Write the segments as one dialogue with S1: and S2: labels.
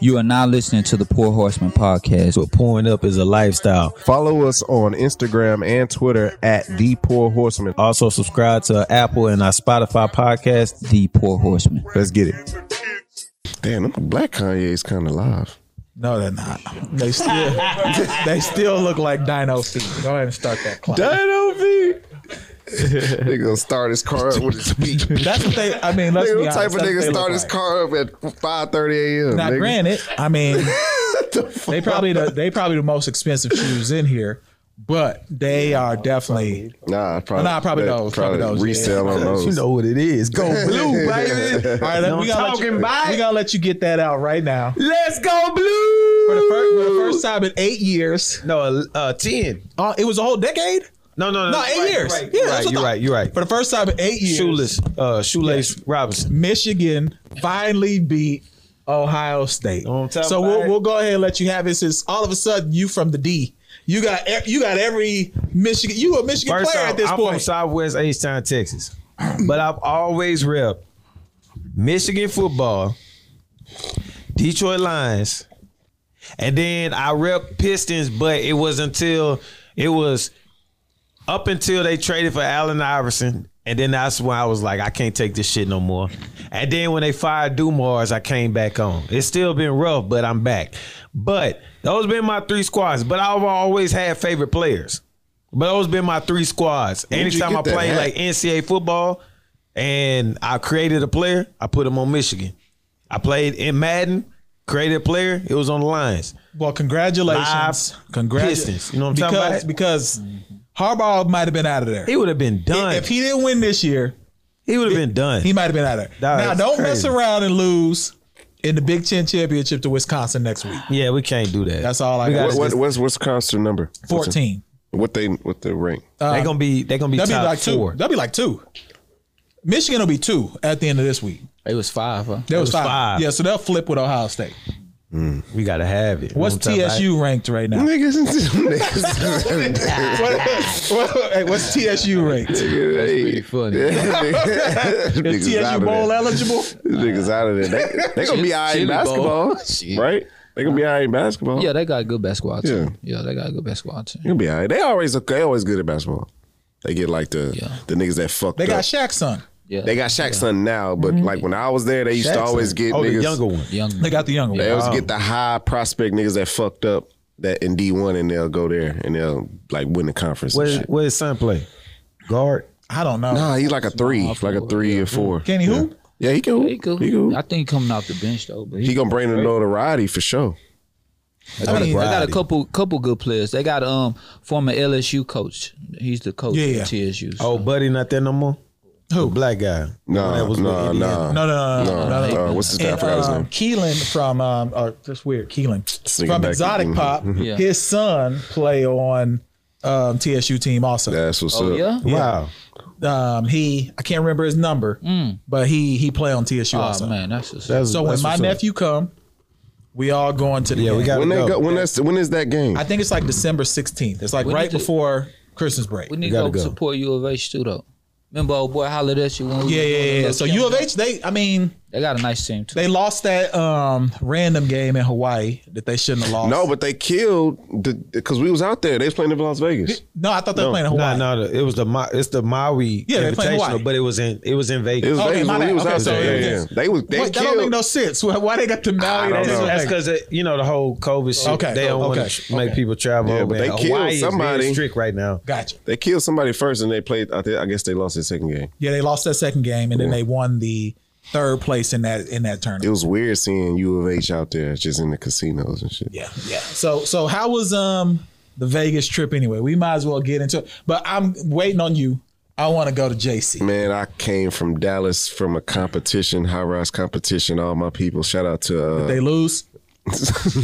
S1: You are now listening to the Poor Horseman podcast.
S2: That's what pouring up is a lifestyle.
S3: Follow us on Instagram and Twitter at The Poor Horseman.
S2: Also, subscribe to our Apple and our Spotify podcast.
S1: The Poor Horseman.
S3: Let's get it. Damn, them black Kanye's kind of live.
S4: No, they're not. They still they still look like dino feet. Go ahead and start that clock.
S3: Dino V. they gonna start his car up with his feet.
S4: That's what they. I mean, let's
S3: Nigga,
S4: be
S3: what
S4: honest.
S3: type of
S4: that's what
S3: nigga
S4: they
S3: start
S4: look
S3: his
S4: like.
S3: car up at five thirty a.m.?
S4: Now,
S3: nigga?
S4: granted, I mean,
S3: What the fuck?
S4: they probably the, they probably the most expensive shoes in here, but they are definitely.
S3: Nah, probably.
S4: Nah, probably
S3: they
S4: those, probably those, yeah.
S3: Resell on those.
S2: You know what it is. Go blue, baby.
S4: All right,
S2: No
S4: we gonna let
S2: talking,
S4: you,
S2: bye.
S4: we gonna let you get that out right now.
S2: Let's go
S4: For the,
S2: blue.
S4: fir- for the first time in eight years,
S2: No, uh, ten.
S4: uh, it was a whole decade.
S2: No, no, no.
S4: No,
S2: you're
S4: eight
S2: right,
S4: years.
S2: You're
S4: Yeah,
S2: right. You're
S4: that's
S2: right.
S4: what
S2: You're
S4: the-
S2: right. You're right.
S4: For the first time in eight years,
S2: Shoeless, uh, shoelace Robinson.
S4: Michigan finally beat Ohio State.
S2: On top
S4: So
S2: of
S4: we'll,
S2: it.
S4: we'll go ahead and let you have it. Since all of a sudden you from the D, you got e- you got every Michigan. You a Michigan
S2: First
S4: player
S2: off,
S4: at this
S2: I'm from
S4: point.
S2: Southwest H Town, Texas, but I've always rep Michigan football, Detroit Lions, and then I rep Pistons. But it was until it was up until they traded for Allen Iverson, and then that's when I was like, I can't take this shit no more. And then when they fired Dumars, I came back on. It's still been rough, but I'm back. But those been my three squads. But I've always had favorite players. But those been my three squads.
S3: did you
S2: Anytime I
S3: get that
S2: play
S3: hat?
S2: like NCAA football, and I created a player, I put him on Michigan. I played in Madden, created a player, it was on the Lions.
S4: Well, congratulations,
S2: Live
S4: congratulations.
S2: Pistons. You know what I'm talking about?
S4: Because Harbaugh might have been out of there.
S2: He would have been done.
S4: if he didn't win this year,
S2: he would have been done.
S4: he might have been out of there.
S2: Nah,
S4: now
S2: that's
S4: don't
S2: crazy.
S4: mess around and lose in the Big Ten championship to Wisconsin next week.
S2: yeah, we can't do that.
S4: That's all I
S2: We
S4: got.
S3: What,
S2: gotta
S3: what, what's what's constant number? What's it-
S4: Fourteen.
S3: What they what they rank?
S4: Uh,
S2: they're gonna be they're gonna be
S4: That'd
S2: top
S4: be like
S2: four.
S4: two. That'd be like two. Michigan will be two at the end of this week.
S5: It was five. Huh?
S4: That was,
S2: was
S4: five.
S2: five.
S4: Yeah, so they'll flip with Ohio State.
S2: We gotta have it.
S4: What's
S2: You know what I'm talking
S4: TSU ranked right now?
S3: Niggas, niggas.
S4: hey, what's TSU ranked?
S3: Hey,
S5: Funny.
S4: Is
S3: niggas
S4: TSU
S3: out of
S4: bowl
S3: there.
S4: eligible?
S3: Niggas out of there. They, they gonna be all right in
S5: Chili bowl.
S3: basketball,
S5: Shit.
S3: right? They gonna be all right in basketball.
S5: Yeah, they got a good basketball team.
S3: Yeah.
S5: Yeah, they got a good basketball team.
S3: You'll be all right. They always they always good at basketball. They get like the
S5: Yeah.
S3: the niggas that fucked
S4: They
S3: up.
S4: got Shaq's son.
S5: Yeah, Mm-hmm.
S3: they got Shaq's son now, but like when I was there, they used to
S2: about?
S3: always get
S2: oh,
S3: niggas.
S2: the younger one.
S5: young.
S4: They got the younger
S3: They
S4: one.
S3: always get the high prospect niggas that fucked up that in D one, and they'll go there and they'll like win the conference.
S2: What
S3: And
S2: is,
S3: shit.
S2: what is son play? Guard.
S4: I don't know.
S3: Nah, he's like a three, like a three or four.
S4: Can he who?
S3: Yeah, he can.
S5: He cool.
S3: He can.
S5: I think coming off the bench though, but
S3: He
S5: he,
S3: gonna bring the notoriety for sure.
S4: I
S5: they
S4: mean,
S5: got a
S2: Roddy.
S5: couple couple good players. They got um former LSU coach. He's the coach
S4: Yeah.
S5: of TSU. so-
S2: Oh, buddy, not there no more.
S4: Who?
S2: Black guy.
S3: Nah,
S2: That was with
S3: nah,
S2: Indiana.
S3: nah.
S4: No, no, no, no, no, no, no.
S3: Uh, what's his name? I
S4: And,
S3: forgot his
S4: um,
S3: name.
S4: Keelan from um, or just weird Keelan
S3: Sneaking
S4: from
S3: back.
S4: Exotic
S3: Mhm.
S4: Pop.
S5: Yeah.
S4: His son play on um, TSU team also.
S3: That's what's
S5: Oh,
S3: up.
S5: yeah.
S2: Wow.
S4: um, he I can't remember his number, but he he play on TSU
S5: Mm. Oh
S4: also.
S5: man, that's just
S2: That's,
S4: So when
S2: that's
S4: my
S2: what's up.
S4: nephew come, we all going to the
S2: Yeah,
S4: game.
S2: we got
S3: When
S2: to
S3: they
S2: go.
S3: go, when that's when is that game?
S4: I think it's like December sixteenth. It's like
S5: We
S4: right
S5: need to-
S4: before Christmas break.
S5: we need to
S2: gotta
S5: go,
S2: go.
S5: support U of H too though. Remember old boy hollered at you when we was
S4: Yeah,
S5: doing
S4: yeah,
S5: the
S4: yeah, yeah.
S5: little
S4: So U of
S5: camp.
S4: H, they I mean,
S5: they got a nice team too.
S4: they lost that um random game in Hawaii that they shouldn't have lost.
S3: No, but they killed because we was out there. They was playing in Las Vegas.
S4: no, I thought they were playing in
S2: Nah,
S4: Hawaii.
S2: nah, the- it was the Ma- it's the Maui
S4: Yeah, they played Hawaii. Oh,
S2: Invitational, but it was in it was in
S3: It was
S2: Vegas.
S4: Okay,
S3: Vegas.
S4: my
S3: when we
S4: bad.
S3: was
S4: Okay,
S3: out
S4: so
S3: there.
S4: it
S3: Yeah, yeah.
S4: is.
S3: They was they
S4: What, that
S3: killed.
S4: don't make no sense. Why, why they got the Maui?
S3: don't
S4: That's
S3: know.
S2: That's
S4: like-
S2: because you know the whole COVID shit.
S4: Okay.
S2: They don't
S4: Oh,
S2: want
S4: okay.
S2: to make people travel.
S3: Yeah,
S2: over.
S3: but they
S2: and
S3: killed
S2: Hawaii is very
S3: somebody.
S2: strict right now.
S4: Gotcha.
S3: They killed somebody first, and they played. I, think, I guess they lost their second game.
S4: Yeah, they lost that second game and then they won the third place in that in that tournament.
S3: It was weird seeing U of H out there, just in the casinos and shit.
S4: Yeah, yeah. So so how was um the Vegas trip anyway? We might as well get into it. But I'm waiting on you. I want to go to JC.
S3: Man, I came from Dallas from a competition, high rise competition. All my people, shout out to. Uh,
S4: They lose.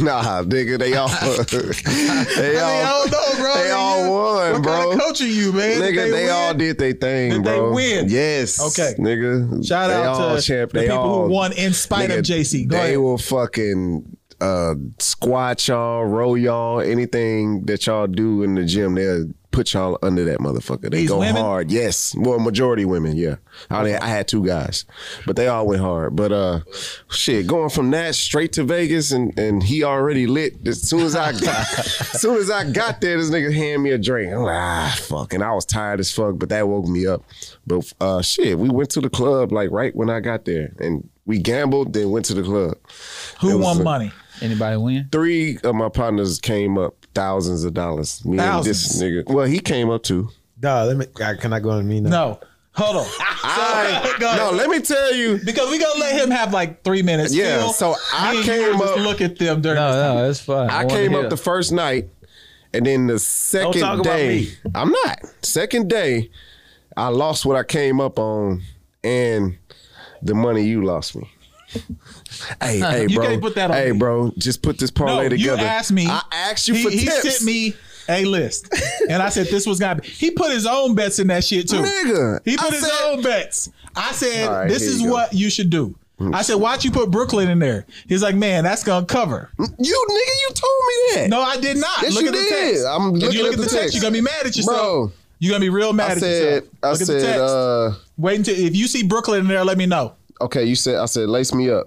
S3: nah, nigga, they all. they all.
S4: know, bro.
S3: They all won,
S4: what
S3: bro.
S4: What kind of coach are you, man?
S3: Nigga,
S4: Did
S3: they,
S4: win?
S3: all did their thing,
S4: Did they
S3: bro.
S4: win?
S3: Yes.
S4: Okay.
S3: Nigga.
S4: Shout
S3: they
S4: out
S3: all
S4: to
S3: champ-
S4: the
S3: they
S4: people
S3: all-
S4: who won in spite
S3: Nigga,
S4: of JC. Go
S3: they
S4: ahead.
S3: will fucking uh, squat y'all, roll y'all, anything that y'all do in the gym. They'll put y'all under that motherfucker. They
S4: These
S3: go
S4: women?
S3: hard. Yes. Well, majority women, yeah. I, mean, I had two guys, but they all went hard. But uh shit, going from that straight to Vegas and and he already lit. As soon as I got as soon as I got there, this nigga hand me a drink. I'm like, ah fuck. And I was tired as fuck, but that woke me up. But uh shit, we went to the club like right when I got there. And we gambled, then went to the club. It
S4: Who
S3: was
S4: won
S3: a-
S4: money?
S5: Anybody win?
S3: Three of my partners came up thousands of dollars. Me
S4: Thousands?
S3: and this nigga. Well, he came up too.
S2: Dog, let me. I- Can I go on me now?
S4: No. Hold on.
S3: I,
S4: Go ahead.
S3: no, let me tell you.
S4: Because we gonna let him have like three minutes.
S3: Yeah,
S4: Phil,
S3: so I
S4: me and you
S3: came
S4: will just
S3: up-
S4: Look at them during. this
S5: no, that's fine.
S3: I came up the first night, and then the 2nd
S2: talk about
S3: day,
S2: me.
S3: I'm not. Second day, I lost what I came up on, and the money you lost me. hey, hey,
S4: You
S3: bro.
S4: can't put that on
S3: hey,
S4: me.
S3: bro. Just put this parlay
S4: no,
S3: together.
S4: you asked me.
S3: I asked you
S4: he,
S3: for
S4: he
S3: tips.
S4: sent me a list, and I said this was gonna. be He put his own bets in that shit too.
S3: Nigga,
S4: he put
S3: I
S4: his
S3: said-
S4: own bets. I said
S3: All right,
S4: this
S3: here
S4: is
S3: you go. Mm.
S4: what you should do. I said, why'd you put Brooklyn in there? He's like, man, that's gonna cover.
S3: You nigga, you told me that.
S4: No, I did not.
S3: Mm. Yes,
S4: look
S3: you
S4: at the
S3: did.
S4: text.
S3: I'm
S4: if
S3: looking
S4: you
S3: at
S4: look at the
S3: the
S4: text,
S3: text.
S4: you're gonna be mad at yourself.
S3: Bro.
S4: You're gonna be real mad
S3: I
S4: at
S3: said,
S4: yourself.
S3: I
S4: Look at the
S3: said,
S4: text.
S3: uh,
S4: Wait until if you see Brooklyn in there, let me know.
S3: okay, you said I said lace me up,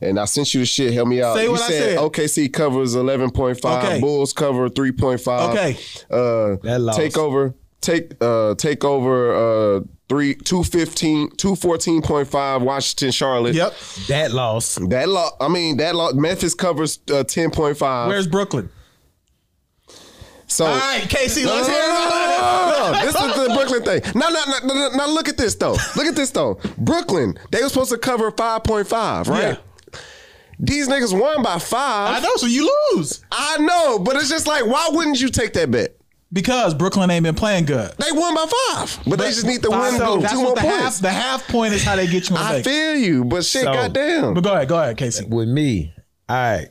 S3: and I sent you the shit. Help me out.
S4: Say
S3: you
S4: what I said.
S3: OKC covers eleven point five.
S4: Okay.
S3: Bulls cover three point five.
S4: Okay.
S3: Uh,
S2: That lost.
S3: takeover. Take uh takeover. Uh, three two fifteen two fourteen point five. Washington Charlotte.
S4: Yep.
S2: That loss.
S3: That law. I mean that law. Memphis covers uh, ten point five.
S4: Where's Ah, Brooklyn?
S3: so.
S4: All right, KC, let's hear it.
S3: Oh. No, this is the Brooklyn thing. Now, now, now, now, now, look at this though. Look at this though. Brooklyn, they were supposed to cover five point five, right? These niggas won by five.
S4: I know, so you lose
S3: I know, but it's just like, why wouldn't you take that bet?
S4: because Brooklyn ain't been playing good.
S3: They won by five, but, they just need to win
S4: So
S3: two
S4: that's
S3: more
S4: what the
S3: points.
S4: half. The half point is how they get you in
S3: I
S4: Vegas.
S3: feel you, but shit,
S2: So-
S3: goddamn.
S4: But go ahead, go ahead, Casey.
S2: With me. All right.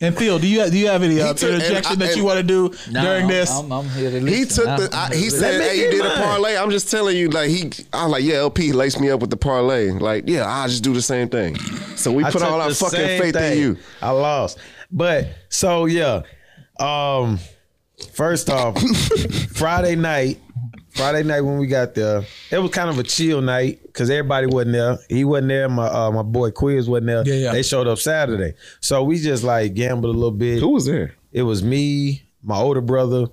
S4: And Phil, do you do you have any uh,
S3: He took-
S4: interjection
S3: and I-
S4: that you
S3: and-
S4: want to do
S5: Nah,
S4: during
S5: I'm,
S4: this?
S5: I'm, I'm here to
S3: He
S5: listen.
S3: took the.
S5: I'm-
S3: I, he said,
S2: me
S3: "Hey, you
S2: get
S3: did
S2: mine.
S3: a parlay." I'm just telling you, like he, I was like, yeah, LP laced me up with the parlay. Like, yeah, I just do the same thing. So we
S2: I
S3: put
S2: took
S3: all our
S2: the
S3: fucking
S2: same
S3: faith in
S2: thing.
S3: you.
S2: I lost. But so yeah. Um first off, Friday night, Friday night when we got there, it was kind of a chill night because everybody wasn't there. He wasn't there, my uh, my boy Quiz wasn't there.
S4: Yeah, yeah.
S2: They showed up Saturday. So we just like gambled a little bit.
S3: Who was there?
S2: It was me, my older brother,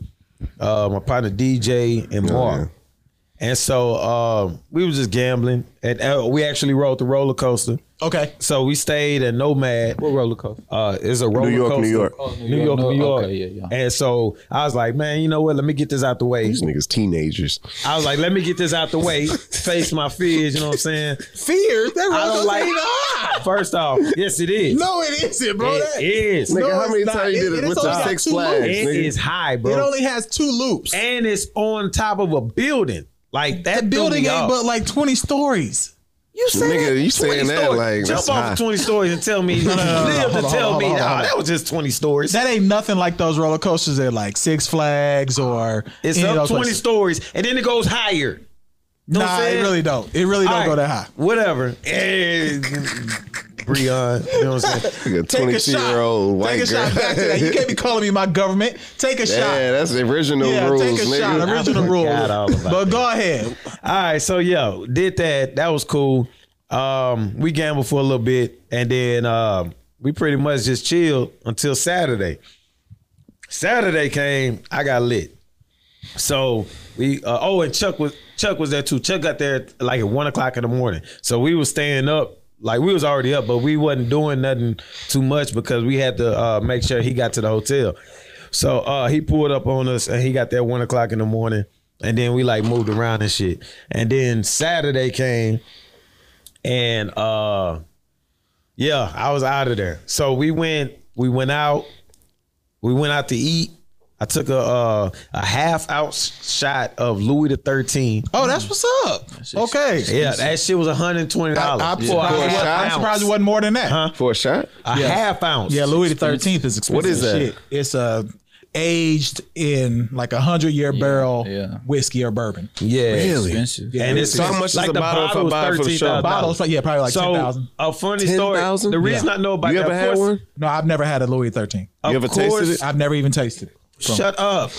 S2: uh, my partner DJ, and
S3: Oh,
S2: Mark. And so um, we was just gambling, and uh, we actually rode the roller coaster.
S4: okay,
S2: So we stayed at Nomad.
S5: what roller coaster?
S2: Uh, it's a roller
S3: York,
S2: coaster.
S3: New York.
S5: Oh, New
S2: New York,
S5: York,
S2: New
S5: New-
S2: York.
S5: okay, yeah, yeah.
S2: And so I was like, man, you know what? Let me get this out the way.
S3: These niggas teenagers.
S2: I was like, let me get this out the way. Face my fears. You know what I'm saying?
S4: fear. That
S2: I
S4: roller
S2: don't
S4: coaster
S2: like.
S4: ain't high.
S2: First off, yes, it is.
S4: No, it isn't, bro.
S2: it
S4: That-
S2: is.
S3: Nigga,
S4: No,
S3: how many
S4: it's not.
S3: times you
S4: It-
S3: did it,
S4: it
S3: with
S4: is
S3: the
S4: only
S3: Six
S4: got two
S3: Flags?
S4: moves.
S2: It
S3: nigga?
S2: is high, bro.
S4: it only has two loops.
S2: and it's on top of a building. Like that
S4: That building
S2: threw me
S4: ain't
S2: off.
S4: but like twenty stories. You say that?
S3: Nigga, you saying that
S2: stories.
S3: like
S2: jump
S3: that's
S2: off
S3: high.
S2: of twenty stories and tell me live to
S4: hold on,
S2: tell
S4: hold on,
S2: me
S4: hold on,
S2: "Ah,
S4: hold on."
S2: that was just twenty stories.
S4: That ain't nothing like those roller coasters at like Six Flags or
S2: It's
S4: any of
S2: up
S4: those
S2: twenty
S4: places.
S2: stories and then it goes higher. Know what
S4: Nah,
S2: I'm
S4: it
S2: saying?
S4: really don't. It really don't
S2: All
S4: go
S2: right,
S4: that high.
S2: Whatever. Eh, Breon, you know what I'm saying?
S3: Like a
S4: Take a
S3: 22
S4: shot.
S3: year old white
S4: Take a
S3: girl.
S4: shot back to that. You can't be calling me my government. Take a
S3: yeah,
S4: shot.
S3: that's the original
S4: Yeah,
S3: rules,
S4: take a
S3: nigga.
S4: shot. Original
S2: I
S4: rule.
S2: forgot all about
S4: But go ahead.
S2: All right, so yo, did that. That was cool. Um, we gambled for a little bit, and then um, we pretty much just chilled until Saturday. Saturday came, I got lit. So we uh, oh, and Chuck was Chuck was there too. Chuck got there like at one o'clock in the morning. So we was staying up, like we was already up, but we wasn't doing nothing too much because we had to uh, make sure he got to the hotel. So uh, he pulled up on us and he got there at one o'clock in the morning. And then we like moved around and shit. And then Saturday came and uh yeah, I was out of there. So we went, we went out, we went out to eat. I took a uh, a half ounce shot of Louis the Thirteenth.
S4: Oh, that's what's up. Okay.
S2: Yeah, that shit was hundred and twenty dollars.
S4: I, am surprised,
S3: Yeah.
S4: it wasn't- I'm
S3: Ounce.
S4: surprised it wasn't more than that.
S3: For a shot?
S2: a half ounce.
S4: Yeah, Louis the Thirteenth is expensive.
S3: What is
S4: as
S3: that?
S4: Shit. It's uh, aged in like a hundred year barrel
S5: yeah.
S4: whiskey or bourbon.
S2: yeah.
S5: Expensive.
S2: And it's
S3: So how much is
S2: like
S3: a
S2: the
S3: bottle if I
S2: was
S3: buy it for the show?
S2: $13,000.
S4: Bottles, like, yeah, probably like ten
S2: So
S4: thousand.
S2: a funny story.
S3: 10,000?
S2: The reason
S4: Yeah.
S2: I know about
S3: you
S2: that
S3: ever had
S2: first-
S3: one?
S4: No, I've never had a Louis Thirteenth.
S2: Of
S3: You ever tasted
S2: course,
S3: it?
S4: I've never even tasted it.
S2: Shut up.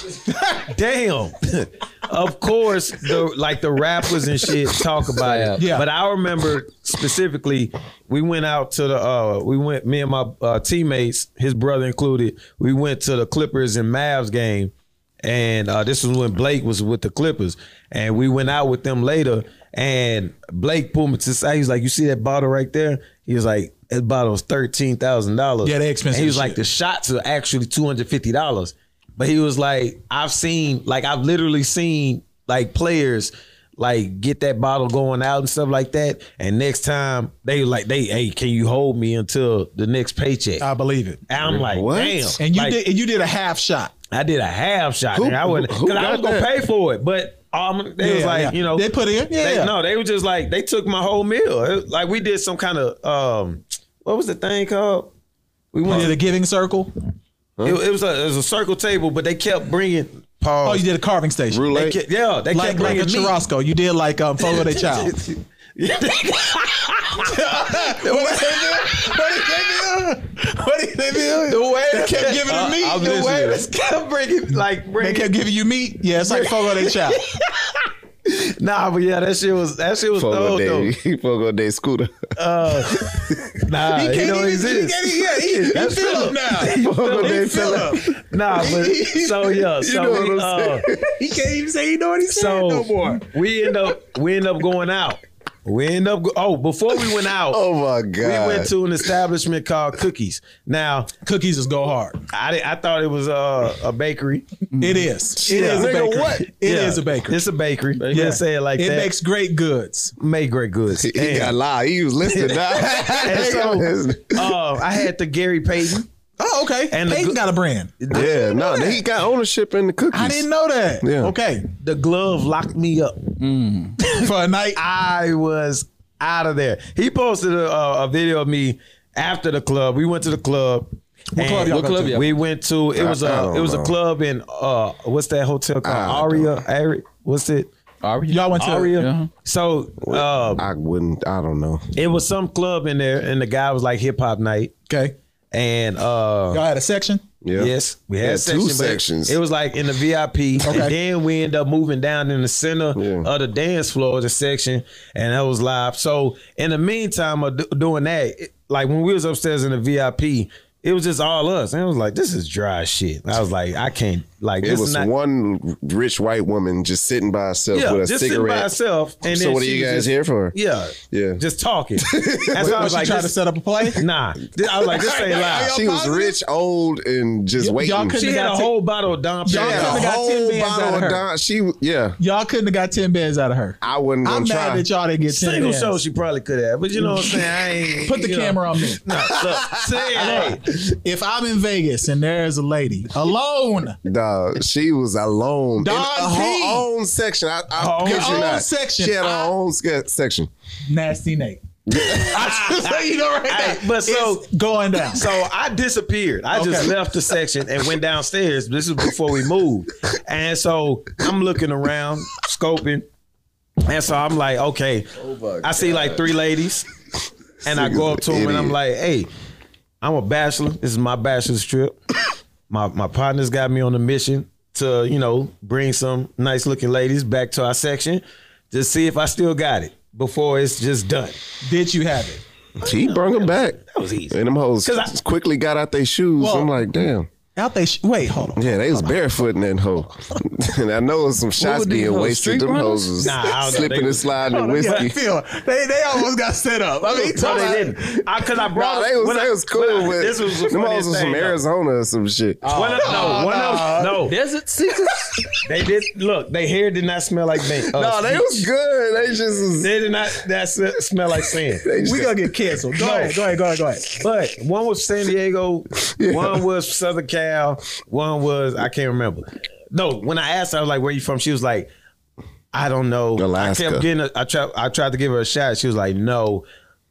S2: Damn. of course, the like the rappers and shit talk about it.
S4: Yeah.
S2: But I remember specifically, we went out to the uh we went me and my uh, teammates, his brother included, we went to the Clippers and Mavs game. And uh, this was when Blake was with the Clippers. And we went out with them later. And Blake pulled me to the side. He's like, You see that bottle right there? He was like, That bottle was $13,000.
S4: Yeah, they expensive
S2: And he was
S4: as
S2: like,
S4: shit.
S2: The shots are actually $250. But he was like, I've seen, like, I've literally seen, like, players. Like get that bottle going out and stuff like that, and next time they like they hey, can you hold me until the next paycheck?
S4: I believe it.
S2: And I'm like,
S3: What?
S2: damn.
S4: And you
S2: Like,
S4: did. And you did a half shot.
S2: I did a half shot.
S3: Who-
S2: nigga. I wasn't
S3: who- who
S2: because I
S3: got
S2: was gonna
S3: that?
S2: pay for it, but um, they was
S4: Yeah,
S2: like,
S4: yeah.
S2: you know,
S4: They put in?
S2: they-
S4: Yeah.
S2: no, they were just like they took my whole meal. It- like we did some kind of um, what was the thing called? We
S4: You
S2: went.
S4: did a giving circle.
S2: it, it was a it was a circle table, but they kept bringing. Paul.
S4: Oh, you did a carving station.
S2: They
S3: Roulette.
S2: kept, yeah, they
S4: Like
S2: kept
S4: like a
S2: bringing meat.
S4: churrasco. You did like um follow the child. what did they do? What did they do? The way they kept giving
S2: Uh,
S4: them meat.
S2: I'm
S4: the
S2: listening.
S4: way
S2: They kept bringing like
S4: they
S2: bringing.
S4: kept giving you meat. Yeah, it's like follow the child.
S2: nah, but yeah, that shit was that shit was
S3: Fogo
S2: dope though.
S3: day, Fogo day scooter.
S2: Nah,
S4: He
S2: he
S4: can't even.
S2: don't
S4: He
S2: exist.
S4: can't even. Yeah, he, he
S2: That's
S4: fill up
S2: Phillip.
S4: now.
S3: Fogo
S4: He
S3: day
S4: fill
S3: fella.
S4: up.
S2: Nah, but so yeah, so
S3: know what
S2: we,
S3: I'm
S2: uh,
S3: saying?
S4: He can't even say he know what he said
S2: so
S4: no more.
S2: we end up we end up going out. We end up go- oh before we went out,
S3: Oh my
S2: we
S3: god.
S2: went to an establishment called Cookies. Now
S4: Cookies just go hard.
S2: I di- I thought it was uh, a bakery.
S4: It is. It is
S2: Yeah.
S4: a
S2: Nigga,
S4: bakery.
S2: what?
S4: It is
S2: Yeah,
S4: a bakery.
S2: It's a bakery. Yeah, say it like
S4: it
S2: that.
S4: makes great goods.
S2: make great goods.
S3: He got loud. He was listening. Nah.
S2: And so, uh, I had the Gary Payton.
S4: Oh, okay.
S2: And
S4: And
S2: the
S4: Peyton
S2: goo-
S4: got a brand.
S3: yeah, no, he got ownership in the cookies.
S4: I didn't know that.
S3: Yeah.
S4: Okay.
S2: The glove locked me up.
S4: For a night.
S2: I was out of there. He posted a, a, a video of me after the club. We went to the club. What
S4: club y'all go
S5: club to? y'all-
S2: We went to. It was
S3: I
S2: a
S3: don't
S2: it was a
S3: know.
S2: club in uh what's that hotel called? Aria. Ari, what's it?
S4: Y'all went to
S2: Aria.
S5: yeah.
S2: So uh,
S3: I wouldn't. I don't know.
S2: it was some club in there, and the guy was like hip hop night,
S4: Okay.
S2: and uh
S4: Y'all had a section.
S3: Yeah.
S2: Yes, we
S3: Yeah,
S2: had
S3: two
S2: section, but
S3: sections.
S2: It was like in the VIP, and then we end up moving down in the center
S3: Yeah.
S2: of the dance floor, of the section, and that was live. So in the meantime of do- doing that, it- like when we was upstairs in the VIP, it was just all us, and it was like this is dry shit. I was like, I can't like
S3: It
S2: this
S3: was
S2: is not.
S3: one rich white woman just sitting by herself
S2: yeah,
S3: with a
S2: just sitting by
S3: cigarette.
S2: herself. And
S3: so
S2: then
S3: what are
S2: she
S3: you
S2: was
S3: guys
S2: just-
S3: here for?
S2: Yeah,
S3: Yeah.
S2: just talking. That's why I
S4: Was
S2: was
S4: she
S2: like,
S4: trying to
S2: this-
S4: set up a play?
S2: nah. This- I was like, this ain't
S4: Are
S2: live.
S4: y'all
S3: She was
S4: positive?
S3: rich, old, and just
S4: y'all
S3: waiting.
S4: couldn't-
S2: She had a
S4: Got to-
S2: whole bottle of Dom.
S4: Y'all
S2: Perignon.
S4: could've
S3: yeah, a
S4: got 10
S3: whole
S4: bands out
S3: bottle
S4: of her.
S3: of Don. She, yeah,
S4: Y'all couldn't have got 10 bands out of her.
S3: I wasn't gonna
S4: I'm
S3: try.
S4: mad that y'all didn't get 10
S2: Single
S4: bands.
S2: show she probably could have, but you know what I'm saying. I ain't
S4: Put the
S2: you know.
S4: camera on me.
S2: No, look, say it.
S4: If I'm in Vegas and there is a lady alone,
S3: Dog, she was alone
S4: Don
S3: in
S4: P.
S3: her own section. I, I
S2: Her own
S3: kid you
S4: section.
S3: not.
S4: section.
S3: She had her
S4: I-
S3: own sca- section.
S4: nasty Nate. I just let you know right
S2: Hey,
S4: now.
S2: but so-
S4: It's going down.
S2: So I disappeared. I just
S4: Okay.
S2: left the section and went downstairs. This is before we moved, and so I'm looking around, scoping, and so I'm like, okay, I see like three ladies, and I go up to them and I'm
S3: Idiot.
S2: like, hey, I'm a bachelor. This is my bachelor's trip. my my partner's got me on a mission to you know bring some nice looking ladies back to our section, just see if I still got it before it's just done.
S4: Did you have it?
S3: He brought them back.
S2: That was easy.
S3: And them hoes
S2: 'Cause I-
S3: quickly got out their shoes.
S4: Well-
S3: I'm like, damn.
S4: Out they sh- wait, hold on.
S3: Yeah, they was barefoot in that hoe. and I know some shots
S5: were these
S3: being
S5: hoes,
S3: wasted.
S5: street
S3: Them
S5: runners?
S3: hoes was
S2: Nah, I don't know. They
S3: slipping and
S2: was-
S3: sliding in
S4: Yeah,
S3: whiskey.
S4: Phil, they they almost got set up. I mean, he
S2: No,
S4: told
S2: they
S4: us-
S2: didn't. I, cause I brought
S3: Nah, they was,
S2: when I-
S3: they was
S2: when I-
S3: cool with
S2: this was the
S3: them hoes
S2: funniest
S3: was from
S2: thing, though.
S3: Arizona Oh, or some shit.
S4: Oh.
S2: One of, no, one of, no,
S5: Desert seasons.
S2: they did. Look, they hair did not smell like bank. Uh,
S3: no, they was good. They just was,
S2: They did not that s- smell like sand.
S4: We gonna get canceled. Go
S2: No.
S4: ahead, go ahead, go ahead, go ahead.
S2: But one was San Diego, one was Southern Cal, one was I can't remember. No, when I asked, her, I was like, "Where you from?" She was like, "I don't know."
S3: Alaska.
S2: I kept getting. A, I tried. I tried to give her a shot. She was like, "No,"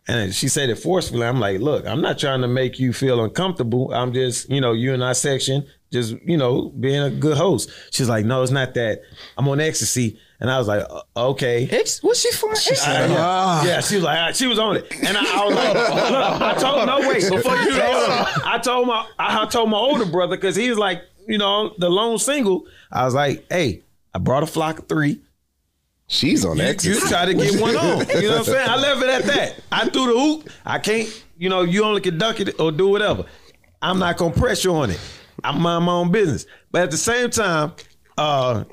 S2: and she said it forcefully. I'm like, "Look, I'm not trying to make you feel uncomfortable. I'm just, you know, you in our section, just, you know, being a good host." She's like, "No, it's not that. I'm on ecstasy." And I was like, "Uh, "Okay."
S5: Ex- What's she from? Ex-
S2: Uh, yeah. yeah, she was like, I- she was on it, and I, I was like, look, I told no wait before you. I told my I told my older brother because he was like, you know, the lone single, I was like, hey, I brought a flock of three.
S3: She's on
S2: You,
S3: that.
S2: you try to get one on. You know what I'm saying? I left it at that. I threw the hoop. I can't, you know, you only can duck it or do whatever. I'm not gonna pressure on it. I mind my own business. But at the same time, uh,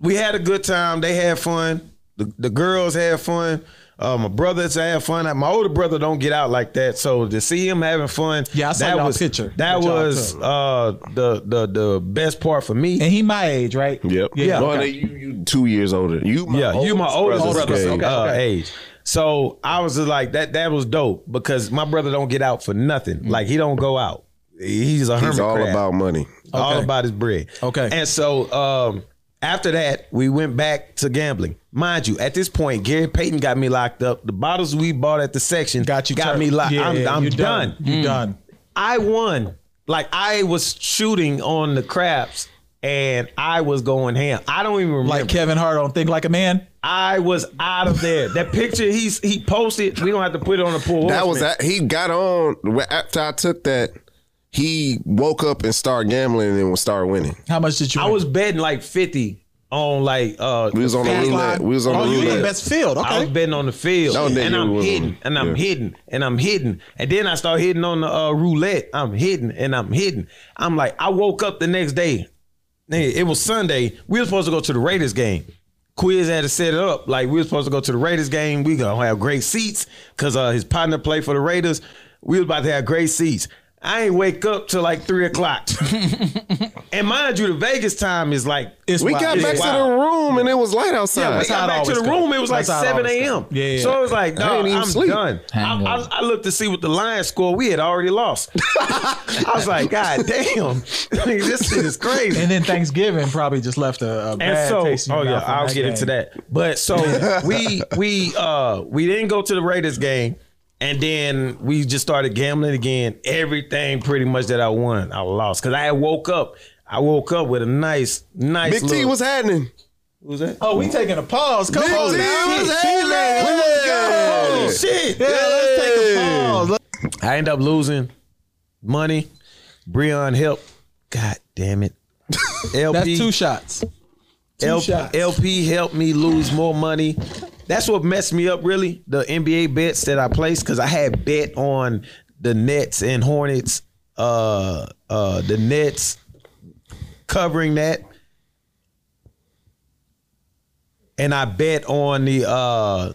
S2: we had a good time. They had fun. The, the girls had fun. Uh, my brothers had fun. My older brother don't get out like that, so to see him having fun,
S4: Yeah, I saw
S2: that
S4: y'all
S2: was
S4: picture
S2: That
S4: that y'all
S2: was uh, the the the best part for me.
S4: And he my age, right?
S3: Yep.
S4: Yeah.
S3: Well,
S4: okay.
S3: they- you you two years older. You my
S2: yeah, you my
S3: oldest
S2: oldest
S3: brother's age.
S2: brother's uh, age. So I was just like that. That was dope because my brother don't get out for nothing.
S4: Mm.
S2: Like he don't go out. He's a hermit.
S3: He's all
S2: crab.
S3: about money.
S2: all about his bread.
S4: Okay.
S2: And so um, after that, we went back to gambling. Mind you, at this point, Gary Payton got me locked up. The bottles we bought at the section
S4: Got you.
S2: got
S4: Turk.
S2: me locked.
S4: Yeah,
S2: I'm,
S4: yeah,
S2: I'm
S4: you
S2: done.
S4: You
S3: Mm.
S4: done.
S2: I won. Like I was shooting on the craps. And I was going ham. I don't even remember.
S4: Like Kevin Hart on Think Like a Man.
S2: I was out of there. That picture he's he posted, we don't have to put it on the pool.
S3: That was that. He got on after I took that. He woke up and started gambling and started winning.
S4: How much did you?
S2: I
S4: win?
S2: was betting like 50 on like uh
S3: We was on the
S2: fast line.
S3: roulette. We was on
S4: Oh,
S3: the
S4: you did
S3: roulette.
S4: best field.
S2: I was
S4: Okay.
S2: betting on the field,
S3: That was that
S2: and
S3: year we
S2: I'm
S3: was on.
S2: hitting, and I'm
S3: Yeah.
S2: hitting, and I'm hitting, and then I start hitting on the uh, roulette. I'm hitting, and I'm hitting. I'm like, I woke up the next day. Nigga, It was Sunday. We were supposed to go to the Raiders game. Quiz had to set it up. Like we were supposed to go to the Raiders game. We gonna have great seats because uh, his partner played for the Raiders. We was about to have great seats. I ain't wake up till like three o'clock. and mind you, the Vegas time is like
S4: It's
S3: We
S4: wild.
S3: got
S4: Yeah.
S3: back
S2: wild.
S3: to the room and it was light
S2: yeah,
S3: outside.
S2: we got
S4: how it
S2: back to the
S4: always go.
S2: room. It was like
S4: That's how it
S2: 7
S4: always
S2: a.m.
S4: go. Yeah, yeah.
S2: So it was like,
S3: I
S2: no,
S3: ain't even
S2: I'm
S3: sleep.
S2: done. I, I,
S1: Hangover.
S2: I looked to see what the Lions score. We had already lost. I was like, God damn. this shit is crazy.
S4: And then Thanksgiving probably just left a, a bad
S2: And so,
S4: taste. in your
S2: oh yeah,
S4: mouth from
S2: I'll
S4: that
S2: get
S4: game.
S2: into that. But so we we uh we didn't go to the Raiders game, and then we just started gambling again. Everything pretty much that I won, I lost because I had woke up. I woke up with a nice, nice.
S3: Big T,
S2: little-
S3: what's happening?
S2: who's that?
S4: Oh, we taking a pause. Come
S3: Big
S4: on
S3: T,
S4: Oh, now.
S3: what's
S4: Shit.
S3: happening? Let's go.
S2: Oh shit!
S4: Yeah, let's take a pause. Let's-
S2: I end up losing money. Breon help. God damn it. LP,
S4: That's two shots.
S2: LP,
S4: shots.
S2: LP helped me lose more money. That's what messed me up, really. The NBA bets that I placed because I had bet on the Nets and Hornets. Uh, uh, the Nets covering that, and I bet on the uh,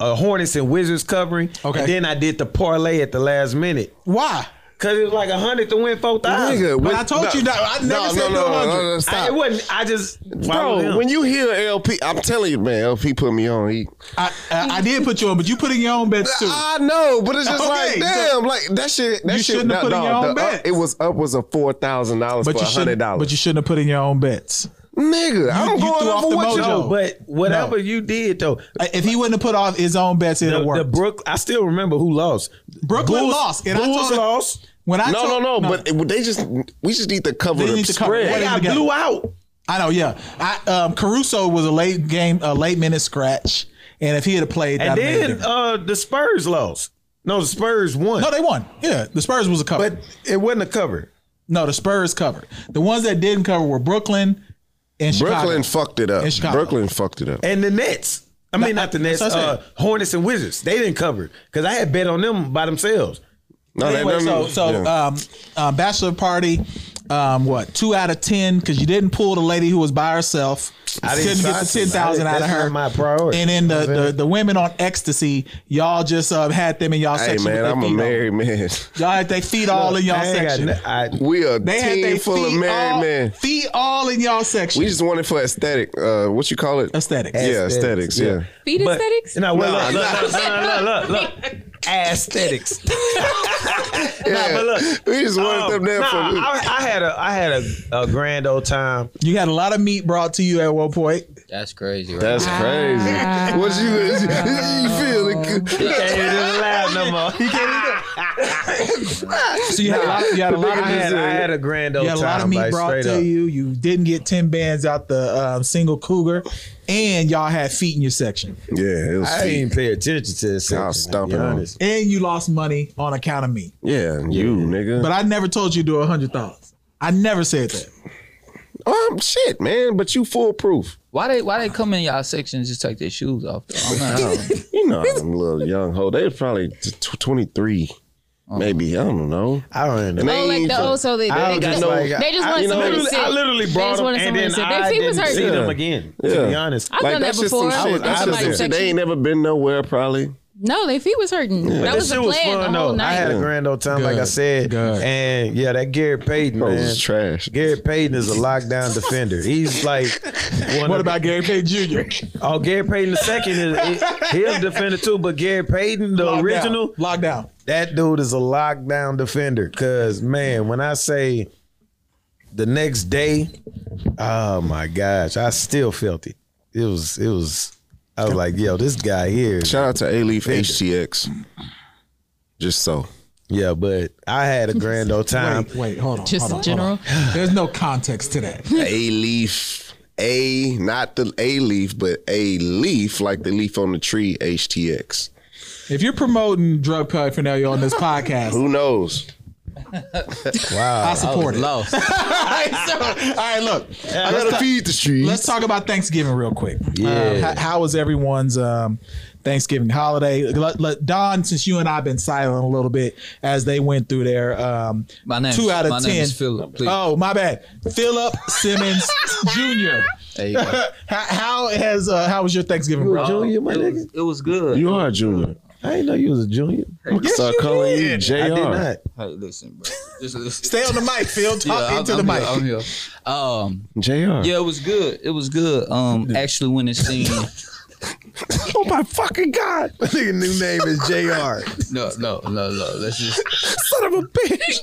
S2: uh Hornets and Wizards covering.
S4: Okay.
S2: And then I did the parlay at the last minute.
S4: Why?
S2: Cause it was like a hundred to win four thousand.
S3: Nigga,
S4: But
S3: when-
S4: I told
S3: no.
S4: you that. I never
S3: No, no,
S4: said no,
S3: no, no,
S4: 100.
S3: no, no,
S2: I, it
S3: stop.
S2: wasn't. I just
S3: Bro, when
S2: you
S3: you hear LP, I'm telling you, man, LP put me on. He,
S4: I, I, I did put you on, but you putting your own bets too.
S3: I know, but it's just
S4: Okay,
S3: like,
S4: so-
S3: damn, like that shit. That
S4: You
S3: shit,
S4: shouldn't have
S3: no,
S4: put in
S3: no,
S4: your own
S3: the-
S4: bets.
S3: It was upwards of four thousand dollars for
S4: But you,
S3: hundred
S4: shouldn't, but
S3: dollars.
S4: you shouldn't have put in your own bets.
S3: Nigga, I'm going
S4: you threw
S3: off
S4: off
S3: of
S4: the
S3: what
S4: mojo.
S3: y'all.
S2: no, but whatever you did though,
S4: I- Uh, If he wouldn't have put off his own bets, it'd
S2: the,
S4: have
S2: the
S4: worked.
S2: Brook. I still remember who lost.
S4: Brooklyn
S2: Bulls-
S4: lost, and I
S2: Bulls
S4: told him-
S2: lost.
S4: When I
S3: No, no,
S4: told-
S3: no, But it, they just, we just need to cover
S4: They
S3: the
S4: need to cover
S3: spread.
S4: it.
S2: They got
S4: Yeah.
S2: blew out.
S4: I know, yeah. I um, Caruso was a late game, a late minute scratch, and if he had played, that
S2: And then uh, the Spurs lost. No, the Spurs won.
S4: no, they won. Yeah, the Spurs was a cover.
S2: but it wasn't a cover.
S4: no, the Spurs covered. The ones that didn't cover were Brooklyn and Chicago.
S3: Brooklyn fucked it
S4: In
S3: up.
S4: Chicago.
S3: Brooklyn fucked it up.
S2: And the Nets. I mean,
S4: No,
S2: not the Nets.
S4: that's what I
S2: Uh, Hornets and Wizards. They didn't cover because I had bet on them by themselves.
S3: No, they-
S4: Anyway,
S3: they-
S4: so so
S3: yeah.
S4: um, uh, bachelor party, um, what two out of ten? Because you didn't pull the lady who was by herself.
S2: I didn't
S4: couldn't get
S2: sign
S4: the ten thousand
S2: something. I
S4: out
S2: didn't-
S4: of
S2: that's
S4: her.
S2: not my priority.
S4: And then the, the the women on ecstasy, y'all just uh, had them in y'all
S3: hey
S4: section. with
S3: man,
S4: their
S3: I'm a
S4: feet on.
S3: married man.
S4: Y'all had their feet all in y'all
S2: I ain't got
S4: section.
S2: no- I-
S3: We a
S4: They had
S3: team
S4: their
S3: full
S4: feet
S3: of married
S4: all,
S3: men.
S4: Feet all in y'all section.
S3: We just want it for aesthetic. Uh, what you call it?
S4: Aesthetics.
S3: Yeah, aesthetics. Yeah.
S6: Feet
S2: But-
S6: aesthetics?
S2: No, well,
S3: Nah,
S2: look, look, look, look, look, look, look. Aesthetics. Nah, but look.
S3: we just wanted
S2: Um,
S3: them there
S2: nah,
S3: for.
S2: I, I had a I had a, a grand old time.
S4: You had a lot of meat brought to you at one point.
S5: That's crazy, right?
S3: That's crazy. what you, you feeling?
S2: Can't even laugh no more.
S4: So you had a lot. You had a lot of
S2: I had,
S4: meat.
S2: I had a grand old
S4: You had a
S2: time.
S4: lot of meat
S2: like,
S4: brought
S2: straight
S4: to
S2: up.
S4: you. You didn't get ten bands out the um, single cougar, and y'all had feet in your section,
S3: yeah, it was.
S2: I didn't
S3: feet.
S2: even pay attention to this.
S3: I was stomping on it.
S4: and you lost money on account of me.
S3: Yeah, you nigga.
S4: But I never told you to do a hundred thousand. I never said that.
S3: Um, shit, man. But you foolproof.
S5: Why they why they come in y'all section and just take their shoes off? Though? I'm not- I don't-
S3: You know, I'm a little young hoe. They was probably t- tw- 23, maybe. I don't know.
S2: I don't
S3: And
S2: know.
S3: they
S6: Oh, like
S3: ain't
S6: the
S3: even-
S6: oh, so they,
S2: I
S6: they,
S2: don't
S6: just,
S2: just like-
S6: they just
S2: I-
S6: wanted
S2: you know,
S6: somebody to
S2: literally-
S6: sit.
S2: I literally
S6: they
S2: brought
S6: just
S2: them
S6: wanted
S2: and
S6: somebody
S2: then
S6: to sit.
S2: I
S6: Their feet was
S2: didn't see
S6: hurt.
S2: them again. To
S3: Yeah.
S2: be honest,
S6: I've done that
S3: that's just some
S6: before.
S3: shit.
S6: I've
S3: that's
S6: done
S3: just some
S6: my
S3: shit. They ain't
S6: section.
S3: never been nowhere, probably.
S6: No, their feet was hurting. That was the
S2: shit
S6: plan
S2: was
S6: the
S2: fun
S6: whole
S2: though. I
S6: night.
S2: had a grand old time, like I
S4: Good.
S2: said,
S4: Good.
S2: and yeah, that Garrett Payton
S3: Bro,
S2: man.
S3: it's trash.
S2: Garrett Payton is a lockdown defender. He's like one
S4: What
S2: of,
S4: about Gary Payton Jr.?
S2: oh Garrett Payton the second is he'll defender too, but Garrett Payton the original
S4: lockdown.
S2: that dude is a lockdown defender. Cause man, when I say the next day, oh my gosh, I still felt it. It was it was. I was like, yo, this guy here.
S3: Shout out to A Leaf HTX. Just so.
S2: Yeah, but I had a grand old time.
S4: Wait, wait, hold on.
S6: Just
S4: hold on,
S6: general.
S4: hold on. There's no context to that.
S3: A Leaf. A, not the A Leaf, but A Leaf, like the leaf on the tree, HTX.
S4: If you're promoting drug paraphernalia on this podcast,
S3: Who knows?
S4: I support it.
S5: Lost.
S4: All right, so- all right, look.
S3: I gotta feed the streets.
S4: Let's talk about Thanksgiving real quick. Uh,
S2: Yeah.
S4: how, how was everyone's um, Thanksgiving holiday? Let, let- Don, since you and I have been silent a little bit as they went through their um,
S5: My name-
S4: two out of
S5: my
S4: ten.
S5: name is Philip, please.
S4: Oh, my bad. Philip Simmons Jr.
S5: There you go.
S4: how, how has uh, how was your Thanksgiving, bro?
S2: Junior, my
S5: It
S2: nigga.
S5: was, it was good.
S3: You are a junior.
S2: I didn't know you was a junior.
S3: I'm gonna start calling you JR.
S2: I did not.
S5: Hey, listen, bro. Just listen.
S4: Stay on the mic, Phil.
S5: Yeah,
S4: Talk
S5: I'm-
S4: into
S5: I'm
S4: the
S5: here,
S4: mic.
S5: I'm here. Um,
S3: JR.
S5: yeah, it was good. It was good. Um, actually, when it's seen,
S3: Oh my fucking God.
S2: Nigga, new name is Jr.
S5: no, no, no, no. Let's just
S3: Son of a bitch.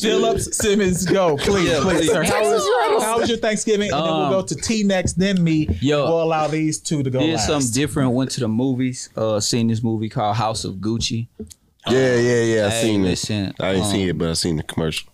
S4: Philip Simmons, go please,
S5: Yeah,
S4: please,
S5: please.
S4: sir. How was, how was your Thanksgiving? And then
S5: Um,
S4: we'll go to T next, then me.
S5: Yo.
S4: we'll allow these two to go
S5: did
S4: last.
S5: something different. Went to the movies. Uh, seen this movie called House of Gucci.
S3: Yeah, yeah, yeah. I
S5: Hey,
S3: seen
S5: listen,
S3: it. I ain't
S5: um,
S3: seen it, but I seen the commercial.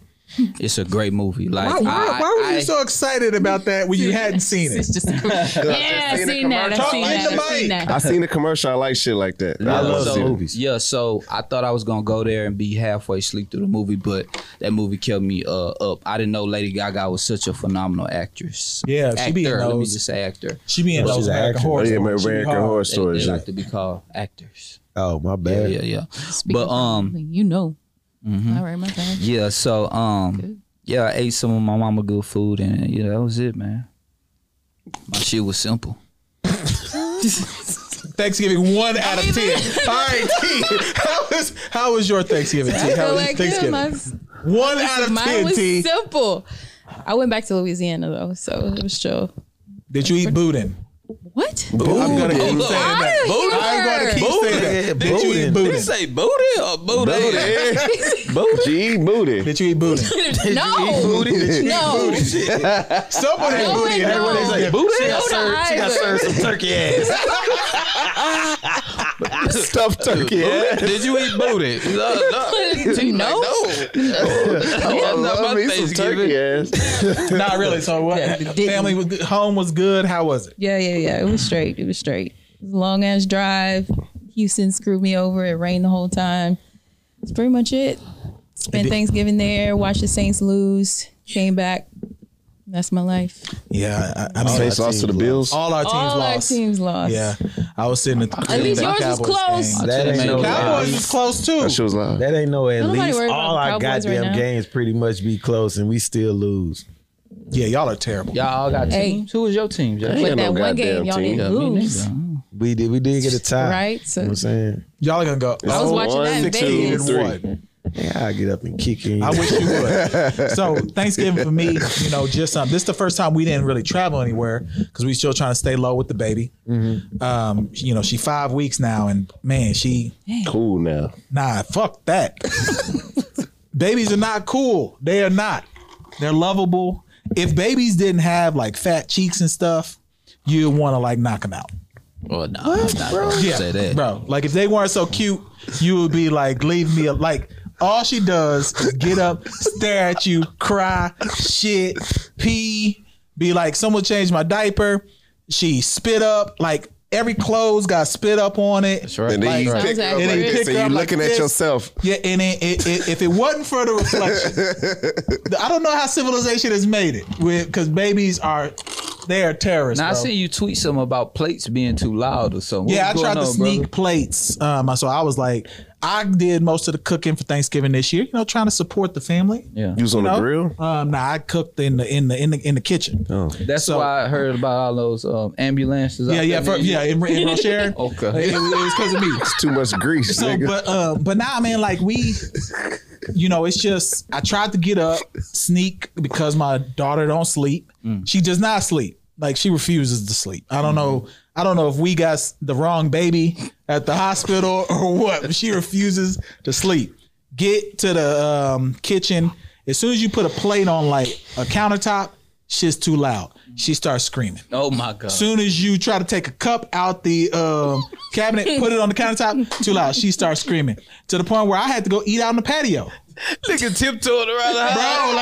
S5: It's a great movie. Like,
S4: Why, why,
S5: I,
S4: why were
S5: I-
S4: you so excited about that when you hadn't seen it?
S6: It's just yeah, I've seen that. I've
S4: Talk
S6: seen
S4: in
S6: that.
S4: the
S6: I've seen
S4: mic.
S6: that.
S3: I seen the commercial. I like shit like that. I
S5: Yeah,
S3: love
S5: so,
S3: seeing it.
S5: Yeah, so I thought I was gonna go there and be halfway asleep through the movie, but that movie kept me uh, up. I didn't know Lady Gaga was such a phenomenal actress.
S4: Yeah,
S5: actor.
S4: she be in
S5: Let me
S4: those-
S5: just say actor.
S4: She be in
S2: Well,
S4: those
S2: she's
S4: American
S2: an actress.
S3: Oh yeah,
S4: Horror Story. She be
S3: American
S4: hard.
S3: Horror
S5: They, they
S3: Stories.
S5: like to be called actors.
S2: Oh, my
S5: Yeah,
S2: bad.
S5: yeah, yeah.
S6: Speaking
S5: But
S6: of
S5: um,
S6: something, you know. All right, my bad.
S5: yeah, so um, yeah, I ate some of my mama good food, and you know that was it, man. My shit was simple.
S4: Thanksgiving one out of ten. All right, T. How was how was your Thanksgiving? T?
S6: I
S4: How
S6: feel
S4: was your
S6: like yeah,
S4: Thanksgiving?
S6: my-
S4: One out of
S6: mine
S4: ten.
S6: was
S4: T.
S6: simple. I went back to Louisiana though, so it was chill.
S4: Did you eat boudin?
S6: What?
S4: I'm gonna keep saying
S5: Boudin.
S4: that.
S6: Boudin.
S4: I'm gonna keep saying that. Did you eat boudin?
S5: say booty or booty?
S3: Booty, eat booty.
S4: Did you eat boudin?
S6: no, no,
S4: Someone ate
S6: No,
S4: booty. and
S6: no.
S4: everyone ate that.
S2: She got
S6: No,
S2: served,
S6: not
S2: she got
S6: either.
S2: served some turkey ass.
S3: Stuffed turkey. Yeah.
S5: Did you eat booty? No, no. Oh,
S6: no.
S3: I love
S5: my
S3: me some turkey ass.
S4: Not really. So what? Family was good. Home was good. How was it?
S6: Yeah, yeah, yeah. It was straight. It was straight. Long ass drive. Houston screwed me over. It rained the whole time. That's pretty much it. Spent Thanksgiving there. Watched the Saints lose. Came back. That's my life.
S4: Yeah, I, I mean,
S3: Saints lost to the Bills.
S4: all our teams
S6: All
S4: lost.
S6: our teams lost.
S4: Yeah, I was sitting at the crib
S6: least
S4: at the
S6: yours was
S4: Cowboys
S6: close.
S4: game.
S2: That ain't no
S4: Cowboys was close too.
S3: That shit was loud.
S2: That ain't no at
S6: Don't nobody
S2: least.
S6: worry about
S2: All
S6: the
S2: our
S6: Cowboys right
S2: goddamn
S6: now.
S2: games pretty much be close and we still lose.
S4: Yeah, y'all are terrible.
S5: Y'all all got
S6: Hey.
S5: teams. Who was your team, Jay?
S3: ain't
S6: But
S3: got
S6: that
S3: no
S6: one
S3: goddamn
S6: game, y'all
S3: team.
S6: didn't lose.
S2: We did we did get a tie.
S6: Right?
S2: You know what
S6: So
S2: I'm saying?
S4: Y'all are gonna go.
S6: I was
S4: oh,
S6: watching that in
S3: Six, two,
S6: Vegas.
S3: three.
S4: One.
S2: Yeah, I get up and kick in.
S4: I wish you would. So Thanksgiving for me, you know, just um, this is the first time we didn't really travel anywhere because we still trying to stay low with the baby. Um, you know, she five weeks now, and man, she
S3: Cool now.
S4: nah, fuck that. Babies are not cool. They are not. They're lovable. If babies didn't have like fat cheeks and stuff, you'd want to like knock them out.
S5: Well, no, I'm not gonna say that.
S4: Bro, like if they weren't so cute, you would be like, leave me. al- Like all she does is get up, stare at you, cry, shit, pee, be like, someone changed my diaper. She spit up. Like Every clothes got spit up on it. That's
S3: And then you
S6: Sounds
S3: pick up
S6: accurate.
S3: like this,
S4: Pick
S3: and
S4: up
S3: you
S4: like
S3: looking at
S4: this.
S3: yourself.
S4: Yeah, and it, it, it, if it wasn't for the reflection, I don't know how civilization has made it. Because babies are, they are terrorists.
S5: Now I
S4: bro.
S5: seen you tweet something about plates being too loud or something.
S4: Yeah, I
S5: What's
S4: tried
S5: going
S4: to
S5: on,
S4: sneak
S5: brother?
S4: plates. Um, so I was like, I did most of the cooking for Thanksgiving this year. You know, trying to support the family.
S5: Yeah,
S3: You was on the
S4: No.
S3: grill.
S4: Um, nah, I cooked in the in the in the in the kitchen.
S5: that's
S4: So-
S5: why I heard about all those um, ambulances. out
S4: Yeah, yeah,
S5: there.
S4: for, yeah. In, in Rochelle,
S5: Okay.
S4: it, it was because of me.
S3: It's too much grease,
S4: So,
S3: nigga.
S4: but uh, but now, man, like we, you know, it's just I tried to get up, sneak because my daughter don't sleep. She does not sleep. Like she refuses to sleep. I don't know. I don't know if we got s- the wrong baby at the hospital or what. But she refuses to sleep. Get to the um, kitchen as soon as you put a plate on like a countertop. Shit's too loud. She starts screaming
S5: Oh my god.
S4: soon as you try to take a cup out the um, cabinet, put it on the countertop, too loud. She starts screaming to the point where I had to go eat out on the patio.
S5: Nigga tiptoeing around the house.
S3: Oh.
S4: Bro,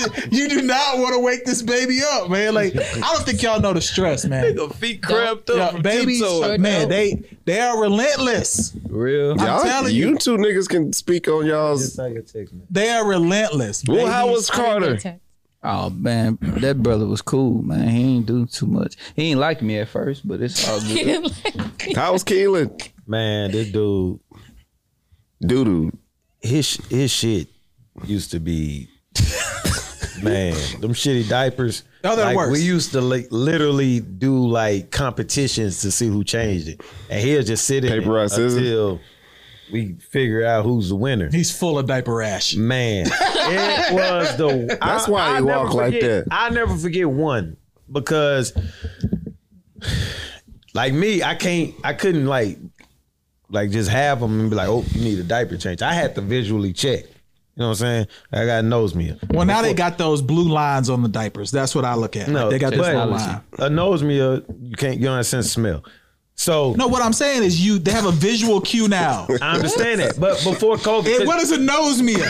S4: like, because you do not want to wake this baby up, man. Like, I don't think y'all know the stress, man.
S5: Your feet cramped
S4: Yeah,
S5: up. from
S4: babies,
S5: tiptoeing.
S4: man, they they are relentless.
S5: real.
S3: Y'all-
S4: telling
S3: you
S4: you.
S3: two niggas can speak on y'all's.
S4: They are relentless.
S3: Well,
S4: Babies-
S3: how was Carter?
S5: Oh man, that brother was cool, man. He ain't do too much. He ain't like me at first, but it's all good.
S3: How was Keelan?
S2: Man, this dude,
S3: Doo doo.
S2: his sh- his shit used to be. Man, them shitty diapers.
S4: Oh, they're
S2: like,
S4: worse.
S2: We used to like literally do like competitions to see who changed it, and he'll just sit in
S3: Paper,
S2: it
S3: rock, scissors?
S2: until we figure out who's the winner.
S4: He's full of diaper ash.
S2: Man, it was the.
S3: That's why he
S2: never
S3: walk like that.
S2: forget- I never forget one because, like me, I can't. I couldn't like, like just have them and be like, "Oh, you need a diaper change." I had to visually check. You know what I'm saying? I got a nose meal.
S4: Well, now they got those blue lines on the diapers. That's what I look at.
S2: No,
S4: Like, they got this blue
S2: but
S4: line.
S2: a nose meal, you can't. You don't have sense of smell. So
S4: No, what I'm saying is you. They have a visual cue now.
S2: I understand that, but before COVID,
S4: And what is a nose meal?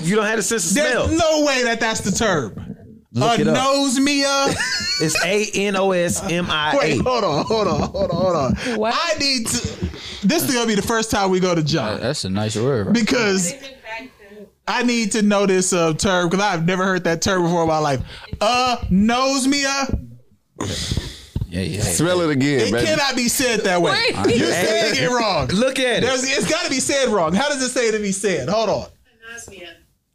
S2: you don't have a sense of
S4: There's
S2: smell.
S4: no way that that's the term. a
S2: it up.
S4: nose Mia.
S2: It's A N O S M I
S4: Wait,
S2: A.
S4: hold on, hold on, hold on, hold on.
S6: What?
S4: I need to. This is gonna be the first time we go to John
S5: That's a nice word. Right?
S4: because I need to know this uh, term because I've never heard that term before in my life. Uh, nose Mia.
S5: Yeah, yeah.
S3: Smell it again,
S4: It
S3: baby.
S4: cannot be said that way. You're saying it wrong.
S2: Look at it.
S4: There's, it's got to be said wrong. How does it say to be said? Hold on.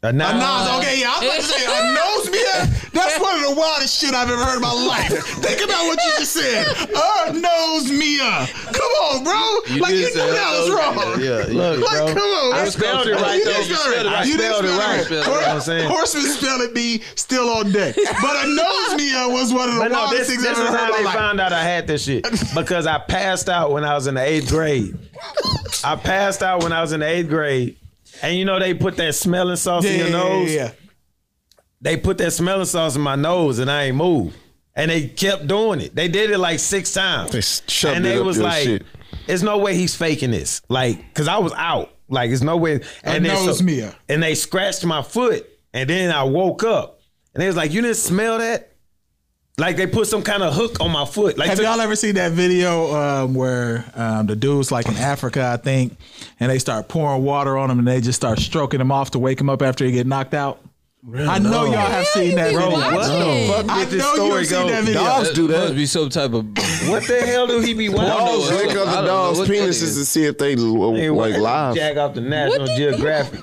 S2: A
S4: A
S2: nose-
S4: Nas, okay, yeah, I was about to say a nose beer. That's one of the wildest shit I've ever heard in my life. Think about what you just said. A nose Mia. Come on, bro. like you knew that was wrong.
S5: Yeah,
S4: Like, come on.
S2: I spelled it right,
S4: You
S2: though.
S4: didn't spell it right.
S2: I
S4: You didn't
S2: spelled it
S4: spell
S2: right.
S4: it
S2: You
S4: right.
S2: know what I'm saying?
S4: Horseman spelling me still on deck. But a nose Mia was one of the
S2: But no,
S4: wildest
S2: this,
S4: things
S2: this
S4: I've
S2: is
S4: ever heard in
S2: how
S4: my
S2: they
S4: life.
S2: found out I had this shit because I passed out when I was in the eighth grade. I passed out when I was in the eighth grade, and you know they put that smelling sauce
S4: Yeah,
S2: in your
S4: yeah,
S2: nose.
S4: yeah, yeah.
S2: They put that smelling sauce in my nose, and I ain't moved. And they kept doing it. They did it like six times.
S3: They shoved
S2: and
S3: it
S2: they
S3: up
S2: was
S3: your
S2: like,
S3: shit.
S2: "There's no way he's faking this." Like, cause I was out. Like, it's no way. And then
S4: nose mirror.
S2: And they scratched my foot, and then I woke up, and they was like, "You didn't smell that." Like they put some kind of hook on my foot. Like
S4: Have
S2: took-
S4: y'all ever seen that video um, where um, the dude's like in Africa, I think, and they start pouring water on him and they just start stroking him off to wake him up after he get knocked out? I know y'all have seen that
S2: Bro,
S4: video.
S2: what the fuck did
S4: I
S2: this
S4: know you
S2: story
S4: ain't seen
S2: go?
S4: that video.
S3: Dogs do
S5: Must
S3: that.
S5: be some type of
S2: What the hell do he be
S5: Dogs
S2: wild?
S5: know.
S3: Lick
S5: I
S3: up
S5: don't
S3: the
S5: know
S3: dogs'
S5: what that
S3: penises
S5: is.
S3: to see if they like live.
S2: Jack off the National Geographic.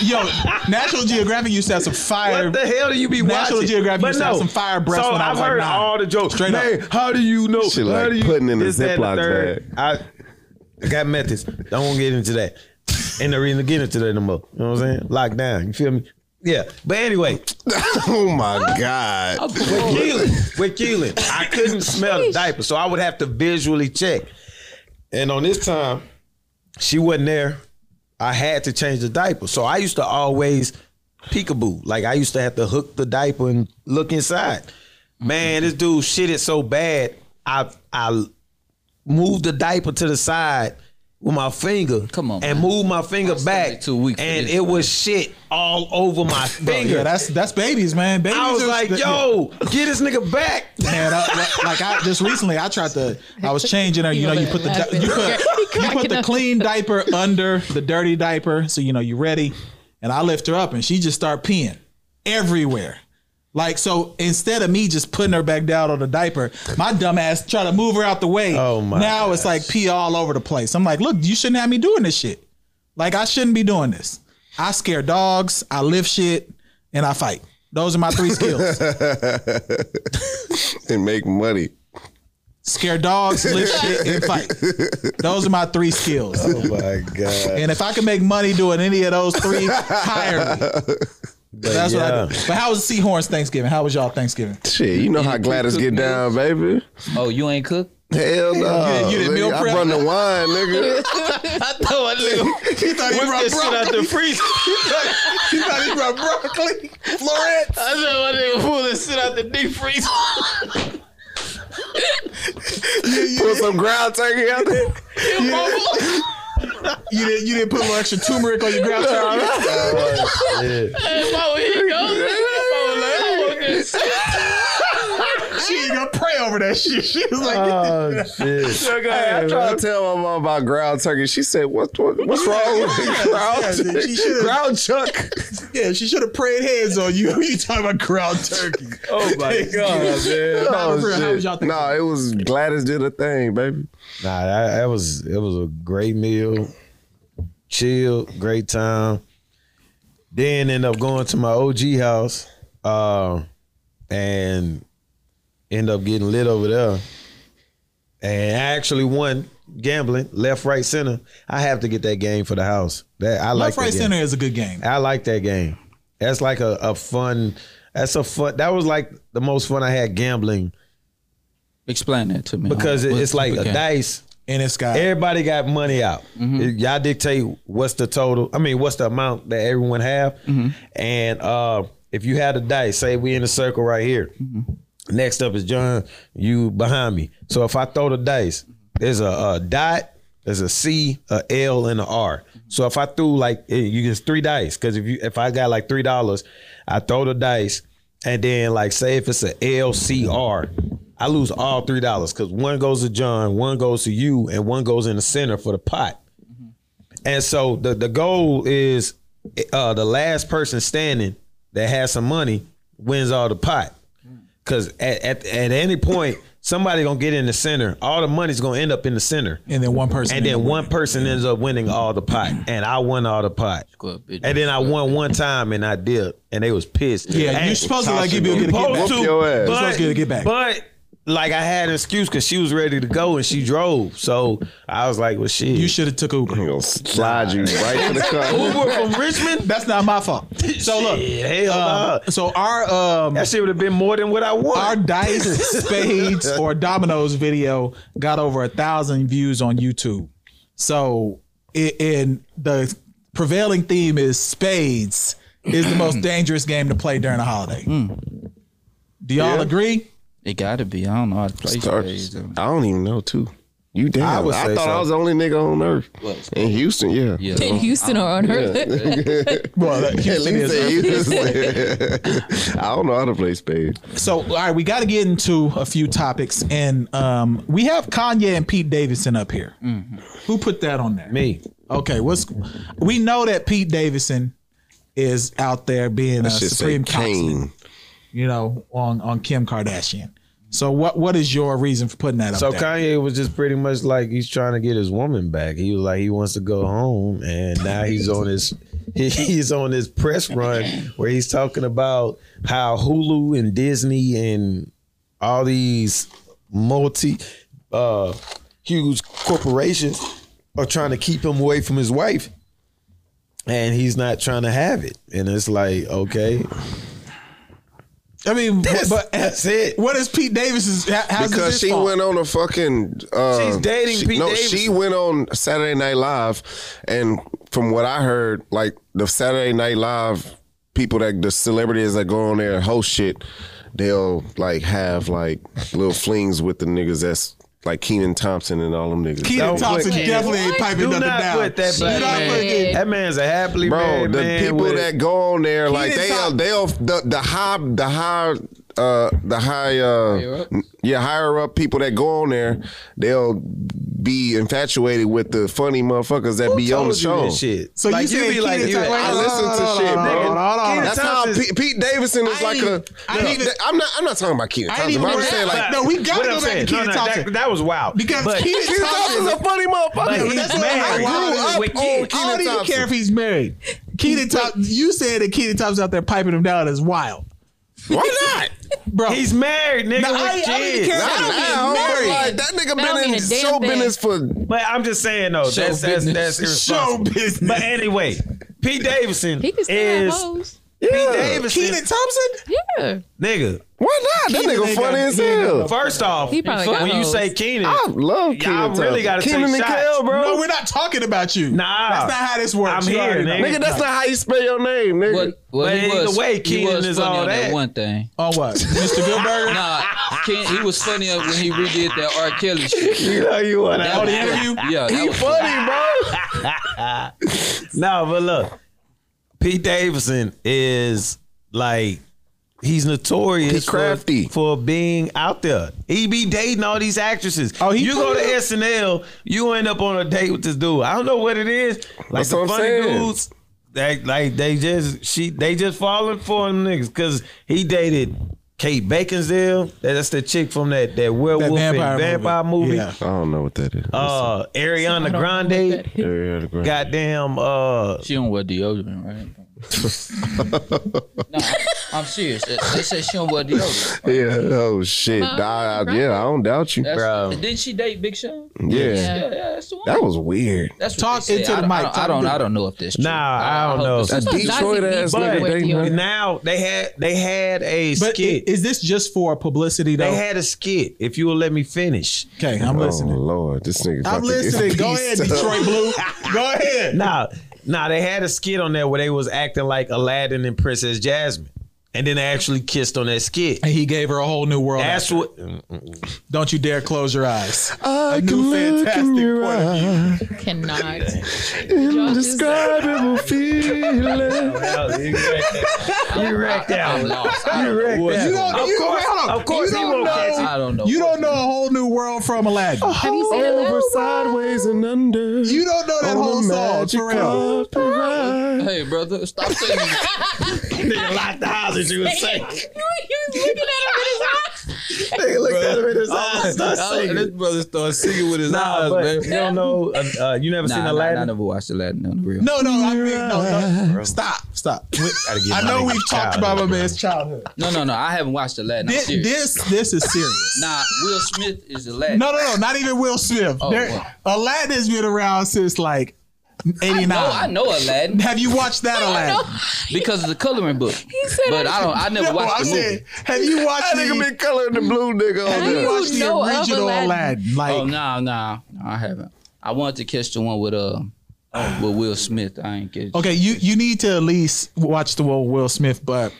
S4: Yo, National Geographic used to have some fire.
S2: What the hell do you be
S4: National
S2: watching?
S4: Geographic
S2: But
S4: used to have some fire breasts
S2: So
S4: when I
S2: I've
S4: was like
S2: heard
S4: nine.
S2: all the jokes.
S4: Straight up.
S2: Man, how do you know?
S3: She
S2: how
S3: like
S2: do you,
S3: putting in a
S2: this, that, and
S3: Ziploc
S2: third. I, I got methods. Don't get into that. Ain't no reason to get into that no more. You know what I'm saying? Lock down. You feel me? Yeah. But anyway,
S3: oh my god.
S2: with Keelan, with Keelan, I couldn't smell the diaper, so I would have to visually check. And on this time, she wasn't there. I had to change the diaper, so I used to always peekaboo. Like I used to have to hook the diaper and look inside. Man, this dude shit is so bad. I I moved the diaper to the side with my finger.
S5: Come on,
S2: and
S5: man.
S2: move my finger
S5: stomach
S2: back.
S5: too weak for
S2: and
S5: this,
S2: it was shit all over my finger.
S4: Yeah, that's that's babies, man. Babies
S2: I was
S4: just-
S2: like,
S4: yeah.
S2: yo, get this nigga back.
S4: Man, I, like- like I just recently, I tried to. I was changing her. You know, you put the di- you put you put the clean diaper under the dirty diaper, so you know you're ready. And I lift her up, and she just start peeing everywhere. Like so, instead of me just putting her back down on the diaper, my dumb ass try to move her out the way.
S2: Oh, my
S4: Now it's like pee all over the place. I'm like, look, you shouldn't have me doing this shit. Like I shouldn't be doing this. I scare dogs. I lift shit, and I fight. Those are my three skills.
S3: and make money.
S4: scare dogs, lift shit, and fight. Those are my three skills.
S2: Oh my God.
S4: And if I can make money doing any of those three, hire me. That's
S2: yeah.
S4: what I do. But how was Seahorns Thanksgiving? How was y'all Thanksgiving?
S3: Shit, you know how Gladys get down, baby.
S5: Oh, you ain't cook?
S3: Hell no.
S4: You- you did meal
S3: nigga, I
S4: prep?
S3: run the wine, nigga.
S5: I thought I knew.
S4: He thought he
S2: This shit out the freezer.
S4: He thought he brought broccoli.
S5: I thought my nigga pull this shit out the deep freezer.
S3: Put some ground turkey out there.
S4: You didn't. You didn't put a little extra turmeric on your ground turkey. She ain't gonna pray over that shit. She was like,
S2: Oh shit.
S3: Hey, I tried to tell my mom about ground turkey. She said, "What? what what's wrong with ground
S4: yes,
S3: turkey?
S4: Uh, she should've-
S3: ground chuck?"
S4: "Yeah, she should have prayed hands on you." You talking about ground turkey?
S2: Oh my God, man.
S4: Nah, for real, how was y'all
S3: no,
S4: Thanksgiving?
S3: it was Gladys did a thing, baby.
S2: Nah, that, that was it was a great meal. Chill, great time. Then end up going to my OG house. Uh, and end up getting lit over there. And I actually won gambling, left, right, center. I have to get that game for the house. That I
S4: Left,
S2: like that
S4: right,
S2: game.
S4: center is a good game.
S2: I like that game. That's like a, a fun. That's a fun. That was like the most fun I had gambling
S5: Explain that to me.
S2: because it,
S5: What-
S2: it's like
S5: what
S2: a
S5: game? Mm-hmm.
S2: dice.
S4: And it's got
S2: Everybody got money out. Y'all dictate what's the total. I mean, what's the amount that everyone have.
S5: Mm-hmm.
S2: And uh, if you had a dice, say we in a circle right here.
S5: Mm-hmm.
S2: Next up is John. You behind me. So if I throw the dice, there's a, a dot, there's a C, a L, and a R. So if I threw like eh, you get three dice, because if you if I got like three dollars, I throw the dice, and then like say if it's a L C R, I lose all three dollars because one goes to John, one goes to you, and one goes in the center for the pot. And so the the goal is uh the last person standing that has some money wins all the pot. Cause at, at, at any point, somebody gonna get in the center. All the money's gonna end up in the center.
S4: and then one person.
S2: And
S4: in
S2: then
S4: the-
S2: one person ends up winning all the pot. And I won all the pot.
S5: Club, bitch.
S2: And then I won one time and I did. And they was pissed.
S4: Yeah,
S2: And-
S4: you're supposed to like give you a good
S2: supposed
S4: get
S3: Whoop your ass.
S2: But,
S4: Supposed to get a get back.
S2: But like I had an excuse because she was ready to go and she drove. So I was like, well shit.
S4: You should have took
S3: I'm
S4: Uber.
S3: gonna slide you right to the car.
S2: Uber from Richmond?
S4: That's not my fault. So look,
S2: Shit, hell
S4: um,
S2: nah.
S4: so our um
S2: That shit would have been more than what I want.
S4: our dice spades or dominoes video got over a thousand views on YouTube. So it, and the prevailing theme is spades is the most dangerous game to play during a holiday. Do y'all agree?
S5: It gotta be. I don't know how to uh, play
S3: Start-
S5: spades.
S3: I don't even know too. You damn. I,
S2: would say
S3: thought
S2: so.
S3: I was the only nigga on earth in Houston. Yeah.
S5: Yeah.
S6: In Houston or on Earth.
S4: Well, that-
S3: At least in Houston. I don't know how to play spades.
S4: So, all right, we got to get into a few topics, and um, we have Kanye and Pete Davidson up here.
S3: Mm-hmm.
S4: Who put that on there?
S2: Me.
S4: Okay, what's we know that Pete Davidson is out there being a
S3: Just
S4: supreme
S3: say
S4: counsel,
S3: Kane.
S4: you know, on on Kim Kardashian. So, what what is your reason for putting that up
S2: So
S4: there?
S2: Kanye was just pretty much like he's trying to get his woman back. He was like he wants to go home, and now he's on his he- he's on his press run where he's talking about how Hulu and Disney and all these multi uh huge corporations are trying to keep him away from his wife, and he's not trying to have it. And it's like okay,
S4: I mean, what-
S2: but
S4: but eh,
S2: that's it.
S4: what is Pete Davidson's? how- How's this
S3: Because
S4: his
S3: she
S4: fault?
S3: went on a fucking. Uh,
S2: She's dating
S3: she-
S2: Pete
S3: No, she
S2: Davidson.
S3: went on Saturday Night Live, and from what I heard, like the Saturday Night Live people that the celebrities that go on there and host shit, they'll like have like little flings with the niggas that's like Keenan Thompson and all them niggas.
S4: Keaton
S2: Don't
S4: Thompson
S2: put Keaton-
S4: definitely ain't piping
S2: Do
S4: nothing
S2: not
S4: down.
S2: put that
S4: Do
S2: black
S4: not
S2: man-
S4: put that-
S2: That man's a happily
S3: Bro,
S2: married
S3: the
S2: man
S3: people
S2: with-
S3: that go on there, like
S4: Keenan
S3: they'll
S4: Thompson-
S3: they'll uh, the, the high the high uh the high uh
S5: up?
S3: n- yeah higher up people that go on there, they'll be infatuated with the funny motherfuckers that
S2: Who
S3: be on the
S2: told you
S3: show.
S2: this shit.
S4: So you
S2: like,
S4: saying
S2: be like,
S4: Keenan
S2: you-
S4: Thompson-
S3: I
S4: Hold
S3: listen
S4: on,
S3: to
S4: hold on,
S3: shit,
S4: hold
S3: bro.
S4: on, hold on, hold on.
S3: That's how
S2: Thompson-
S3: Pete, Pete Davidson is
S4: I
S3: like a.
S4: ain't- I ain't even-
S3: am not. I'm not talking about Keenan
S4: I ain't
S3: Thompson.
S4: even
S3: but I'm
S4: rap.
S3: saying like
S4: No, we gotta
S2: What
S4: go
S2: I'm
S4: back to
S2: saying,
S4: Keenan
S2: no, no, that-
S4: Thompson.
S2: That was wild.
S4: Because
S2: But-
S4: Keenan
S3: Keenan Thompson's a funny
S2: But
S3: motherfucker.
S2: he's
S4: that's what
S2: married.
S4: I grew
S2: He's
S4: up
S2: with
S3: on
S2: kids.
S3: Keenan
S4: I don't even
S3: Thompson.
S4: care if he's married. Keenan Thompson, you said that Keenan Thompson out there piping him down is wild,
S3: Why not?
S4: bro.
S2: He's married, nigga,
S4: No, I-
S2: with
S4: I don't even
S2: kids.
S4: care.
S3: Not
S4: don't mean
S3: now. but,
S4: married.
S3: Like, that nigga
S6: That don't
S3: been in
S6: mean a damn
S3: show
S6: thing.
S3: business for.
S2: But I'm just saying though,
S5: Show
S2: that's that's,
S5: business.
S2: that's irresponsible.
S4: Show business.
S2: But anyway, Pete Davidson
S6: He can still have
S2: is
S6: hoes.
S2: Pete
S4: Keenan
S2: Davidson,
S4: Thompson.
S6: Yeah.
S2: nigga.
S3: Why not? That
S4: Keenan
S3: nigga
S4: ain't
S3: funny
S4: got-
S3: as
S4: he ain't got
S3: hell.
S2: First off,
S6: He probably got
S2: when you
S6: hoes.
S2: say Keenan,
S3: I love Keenan
S2: y'all really
S3: Thompson.
S2: gotta take
S3: Keenan and
S2: shots.
S3: Kel, bro.
S4: No, we're not talking about you.
S2: Nah.
S4: that's not how this works.
S2: I'm
S4: You
S2: here,
S4: already know.
S2: nigga.
S3: Nigga, that's not how you spell your name, nigga.
S5: What? Well,
S2: But
S5: he
S2: either
S5: was,
S2: way,
S5: he
S2: Keenan
S5: was
S2: is
S5: funny
S2: all
S5: on that.
S2: that.
S5: one thing.
S4: On Oh, what, Mr. Goodberger?
S5: Nah, Ken, he was funny when he redid that R. Kelly shit.
S2: You know Oh, you want
S5: That
S2: to.
S4: the
S5: was-
S4: interview?
S5: Yeah, that
S3: He
S5: was
S3: funny, bro.
S2: No, but look, Pete Davidson is like he's notorious
S3: He's crafty.
S2: For, for being out there. He be dating all these actresses.
S4: Oh, he
S2: you go to
S4: cool.
S2: SNL, you end up on a date with this dude. I don't know what it is. Like
S3: That's
S2: the
S3: what I'm
S2: funny
S3: saying.
S2: dudes. They, like they just she they just falling for him niggas because he dated Kate Beckinsale. That's the chick from that that werewolf
S4: vampire
S2: and
S4: movie.
S2: vampire movie.
S4: Yeah.
S3: I don't know what that is.
S2: Uh, Ariana Grande. Goddamn. Uh,
S5: She don't wear deodorant, right? no, I'm serious. They they said she don't wear deodorant.
S3: yeah. Oh shit. I, I, yeah. I don't doubt you.
S5: That's,
S2: Bro.
S5: Didn't she date Big Sean?
S3: Yeah.
S5: Yeah, yeah, that's the one.
S3: That was weird.
S5: that's what
S4: Talk
S5: they said.
S4: into the
S5: I don't- I
S4: mic,
S5: don't,
S4: talk
S5: I don't.
S4: into
S5: I
S4: it.
S5: don't know if that's true.
S2: Nah, I don't
S5: hope
S2: know.
S5: that's-
S6: That's
S3: Detroit
S6: Nazi
S3: ass
S6: people
S2: nigga,
S6: with
S3: they
S6: you.
S3: know.
S2: now they had they had a
S4: But i-
S2: skit.
S4: is this just for publicity though?
S2: they had a skit. If you will let me finish.
S4: okay, I'm
S3: Oh
S4: listening.
S3: lord, this nigga. about
S4: I'm
S3: to get
S4: listening. Go
S3: pieced
S4: ahead,
S3: up.
S4: Detroit Blue. Go ahead.
S2: Nah, nah, they had a skit on there where they was acting like Aladdin and Princess Jasmine, and then they actually kissed on that skit.
S4: And he gave her a whole new world.
S2: That's what.
S4: Don't you dare close your eyes.
S3: I
S4: new
S3: can look in
S4: fantastic
S3: your
S4: point of
S3: eye.
S6: Cannot.
S3: Indescribable feeling.
S2: you wrecked
S5: I'm
S2: out.
S5: lost. I don't
S2: You wrecked
S4: You
S2: out.
S4: don't,
S2: Of
S4: you,
S2: course,
S4: hold on.
S2: of course,
S4: you
S2: he
S4: don't
S2: won't catch
S4: know.
S2: it.
S5: I don't know.
S4: You don't know a whole new world from Aladdin.
S6: Have you seen
S3: Over,
S6: that?
S3: sideways, and under.
S4: You don't know
S3: On
S4: that whole
S3: the
S4: song
S3: magic
S4: for real.
S3: carpet ride.
S5: Hey, brother, stop saying that.
S2: Nigga locked the house as you would say.
S6: you was looking at him in his eyes.
S2: Nigga looked at him in his eyes. Start
S5: Oh,
S2: singing.
S5: brother started singing with his
S2: Nah, but you don't know. Uh, uh, you never seen
S5: Nah, nah, nah, I
S2: Aladdin.
S5: never watched Aladdin on the real.
S4: No, no, I mean, no, no. Stop, stop. I know we've talked about my man's childhood.
S5: no, no, no. I haven't watched Aladdin. I'm
S4: This,
S5: serious.
S4: this, this is serious.
S5: Nah, Will Smith is Aladdin.
S4: No, no, no, not even Will Smith.
S5: Oh,
S4: There-
S5: wow.
S4: Aladdin's been around since like '89.
S5: No, I know Aladdin
S4: Have you watched that Aladdin?
S5: because of the coloring book.
S6: said
S5: But I don't. I never
S4: No,
S5: watched
S4: I
S5: the movie.
S4: said, have you watched
S3: That nigga
S4: the,
S3: been coloring the blue nigga on
S6: How
S4: have
S3: there.
S4: you
S6: you
S4: watched the
S6: know of
S4: original Aladdin?
S6: Aladdin?
S4: Like,
S5: Oh nah, nah, no, I haven't. I wanted to catch the one with uh with Will Smith. I ain't catch.
S4: okay, you you need to at least watch the one with Will Smith, but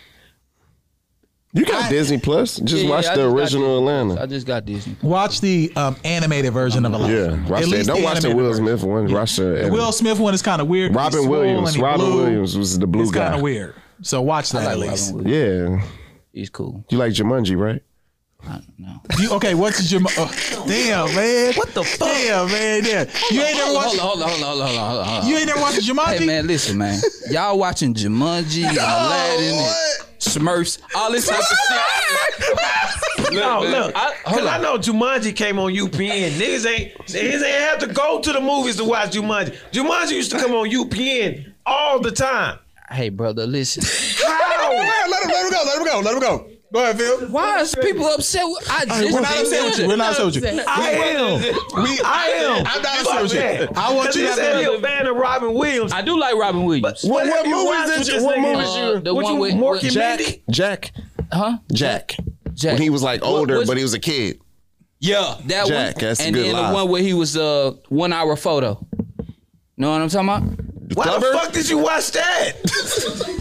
S3: You got Disney Plus? Just
S5: Yeah,
S3: watch
S5: yeah, I
S3: the
S5: just got
S3: original
S5: Disney Plus.
S3: Atlanta.
S5: I just got Disney.
S4: watch the um, animated version of Aladdin.
S3: Yeah, watch
S4: At
S3: that.
S4: least
S3: Don't watch the
S4: animated
S3: Will
S4: version.
S3: Smith one. Watch the
S4: The Will Smith one is kind of weird. 'cause he's
S3: Robin
S4: swole
S3: Williams.
S4: and he
S3: Robin
S4: blue.
S3: Williams was the blue
S4: It's
S3: guy.
S4: kind of weird. So watch that
S5: I
S4: at
S5: like
S4: least.
S5: Robin Williams.
S3: Yeah,
S5: He's cool.
S3: you like Jumanji, right?
S5: I don't know.
S4: You, okay, what's your uh, damn man? What the fuck? Damn man, yeah. You ain't never
S5: Hold on,
S4: watched.
S5: hold on, hold on, hold on, hold on, hold on, hold on.
S4: You ain't never watched Jumanji.
S5: Hey man, listen, man. Y'all watching Jumanji and Aladdin
S4: what?
S5: and Smurfs, all this type of shit.
S2: No,
S5: man,
S2: look,
S5: I- hold
S2: because I,
S5: on.
S2: know Jumanji came on UPN. Niggas ain't niggas ain't have to go to the movies to watch Jumanji. Jumanji used to come on UPN all the time.
S5: Hey brother, listen.
S2: How?
S4: Let him, let him go. Let him go. Let him go. Go ahead, Phil.
S5: Why is people upset? With, I just
S4: We're not upset with you. We're not upset with you.
S2: I am.
S4: We,
S2: I am.
S4: I'm not upset
S2: Fuck
S4: with you.
S2: that.
S4: I want
S2: 'Cause
S4: you to
S2: he said
S4: have
S2: you're a fan of Robin Williams.
S5: I do like Robin Williams.
S2: what
S3: what
S2: have you
S3: movies
S2: watched
S3: did
S2: with
S3: you-
S2: this
S3: what
S2: nigga?
S3: movies
S5: Uh, you- the
S2: What
S5: one
S2: you,
S5: with-
S2: Mork
S5: with
S2: and
S5: Jack?
S2: Mindy?
S3: Jack.
S5: huh?
S3: Jack.
S5: Jack.
S3: When he was like older,
S5: what's-
S3: but he was a kid.
S5: Yeah, that
S3: Jack,
S5: one.
S3: that's a
S5: and
S3: good
S5: then
S3: lie.
S5: the one where he was uh one hour photo. Know what I'm talking about?
S2: Why
S3: Thumper?
S2: the fuck did you watch that?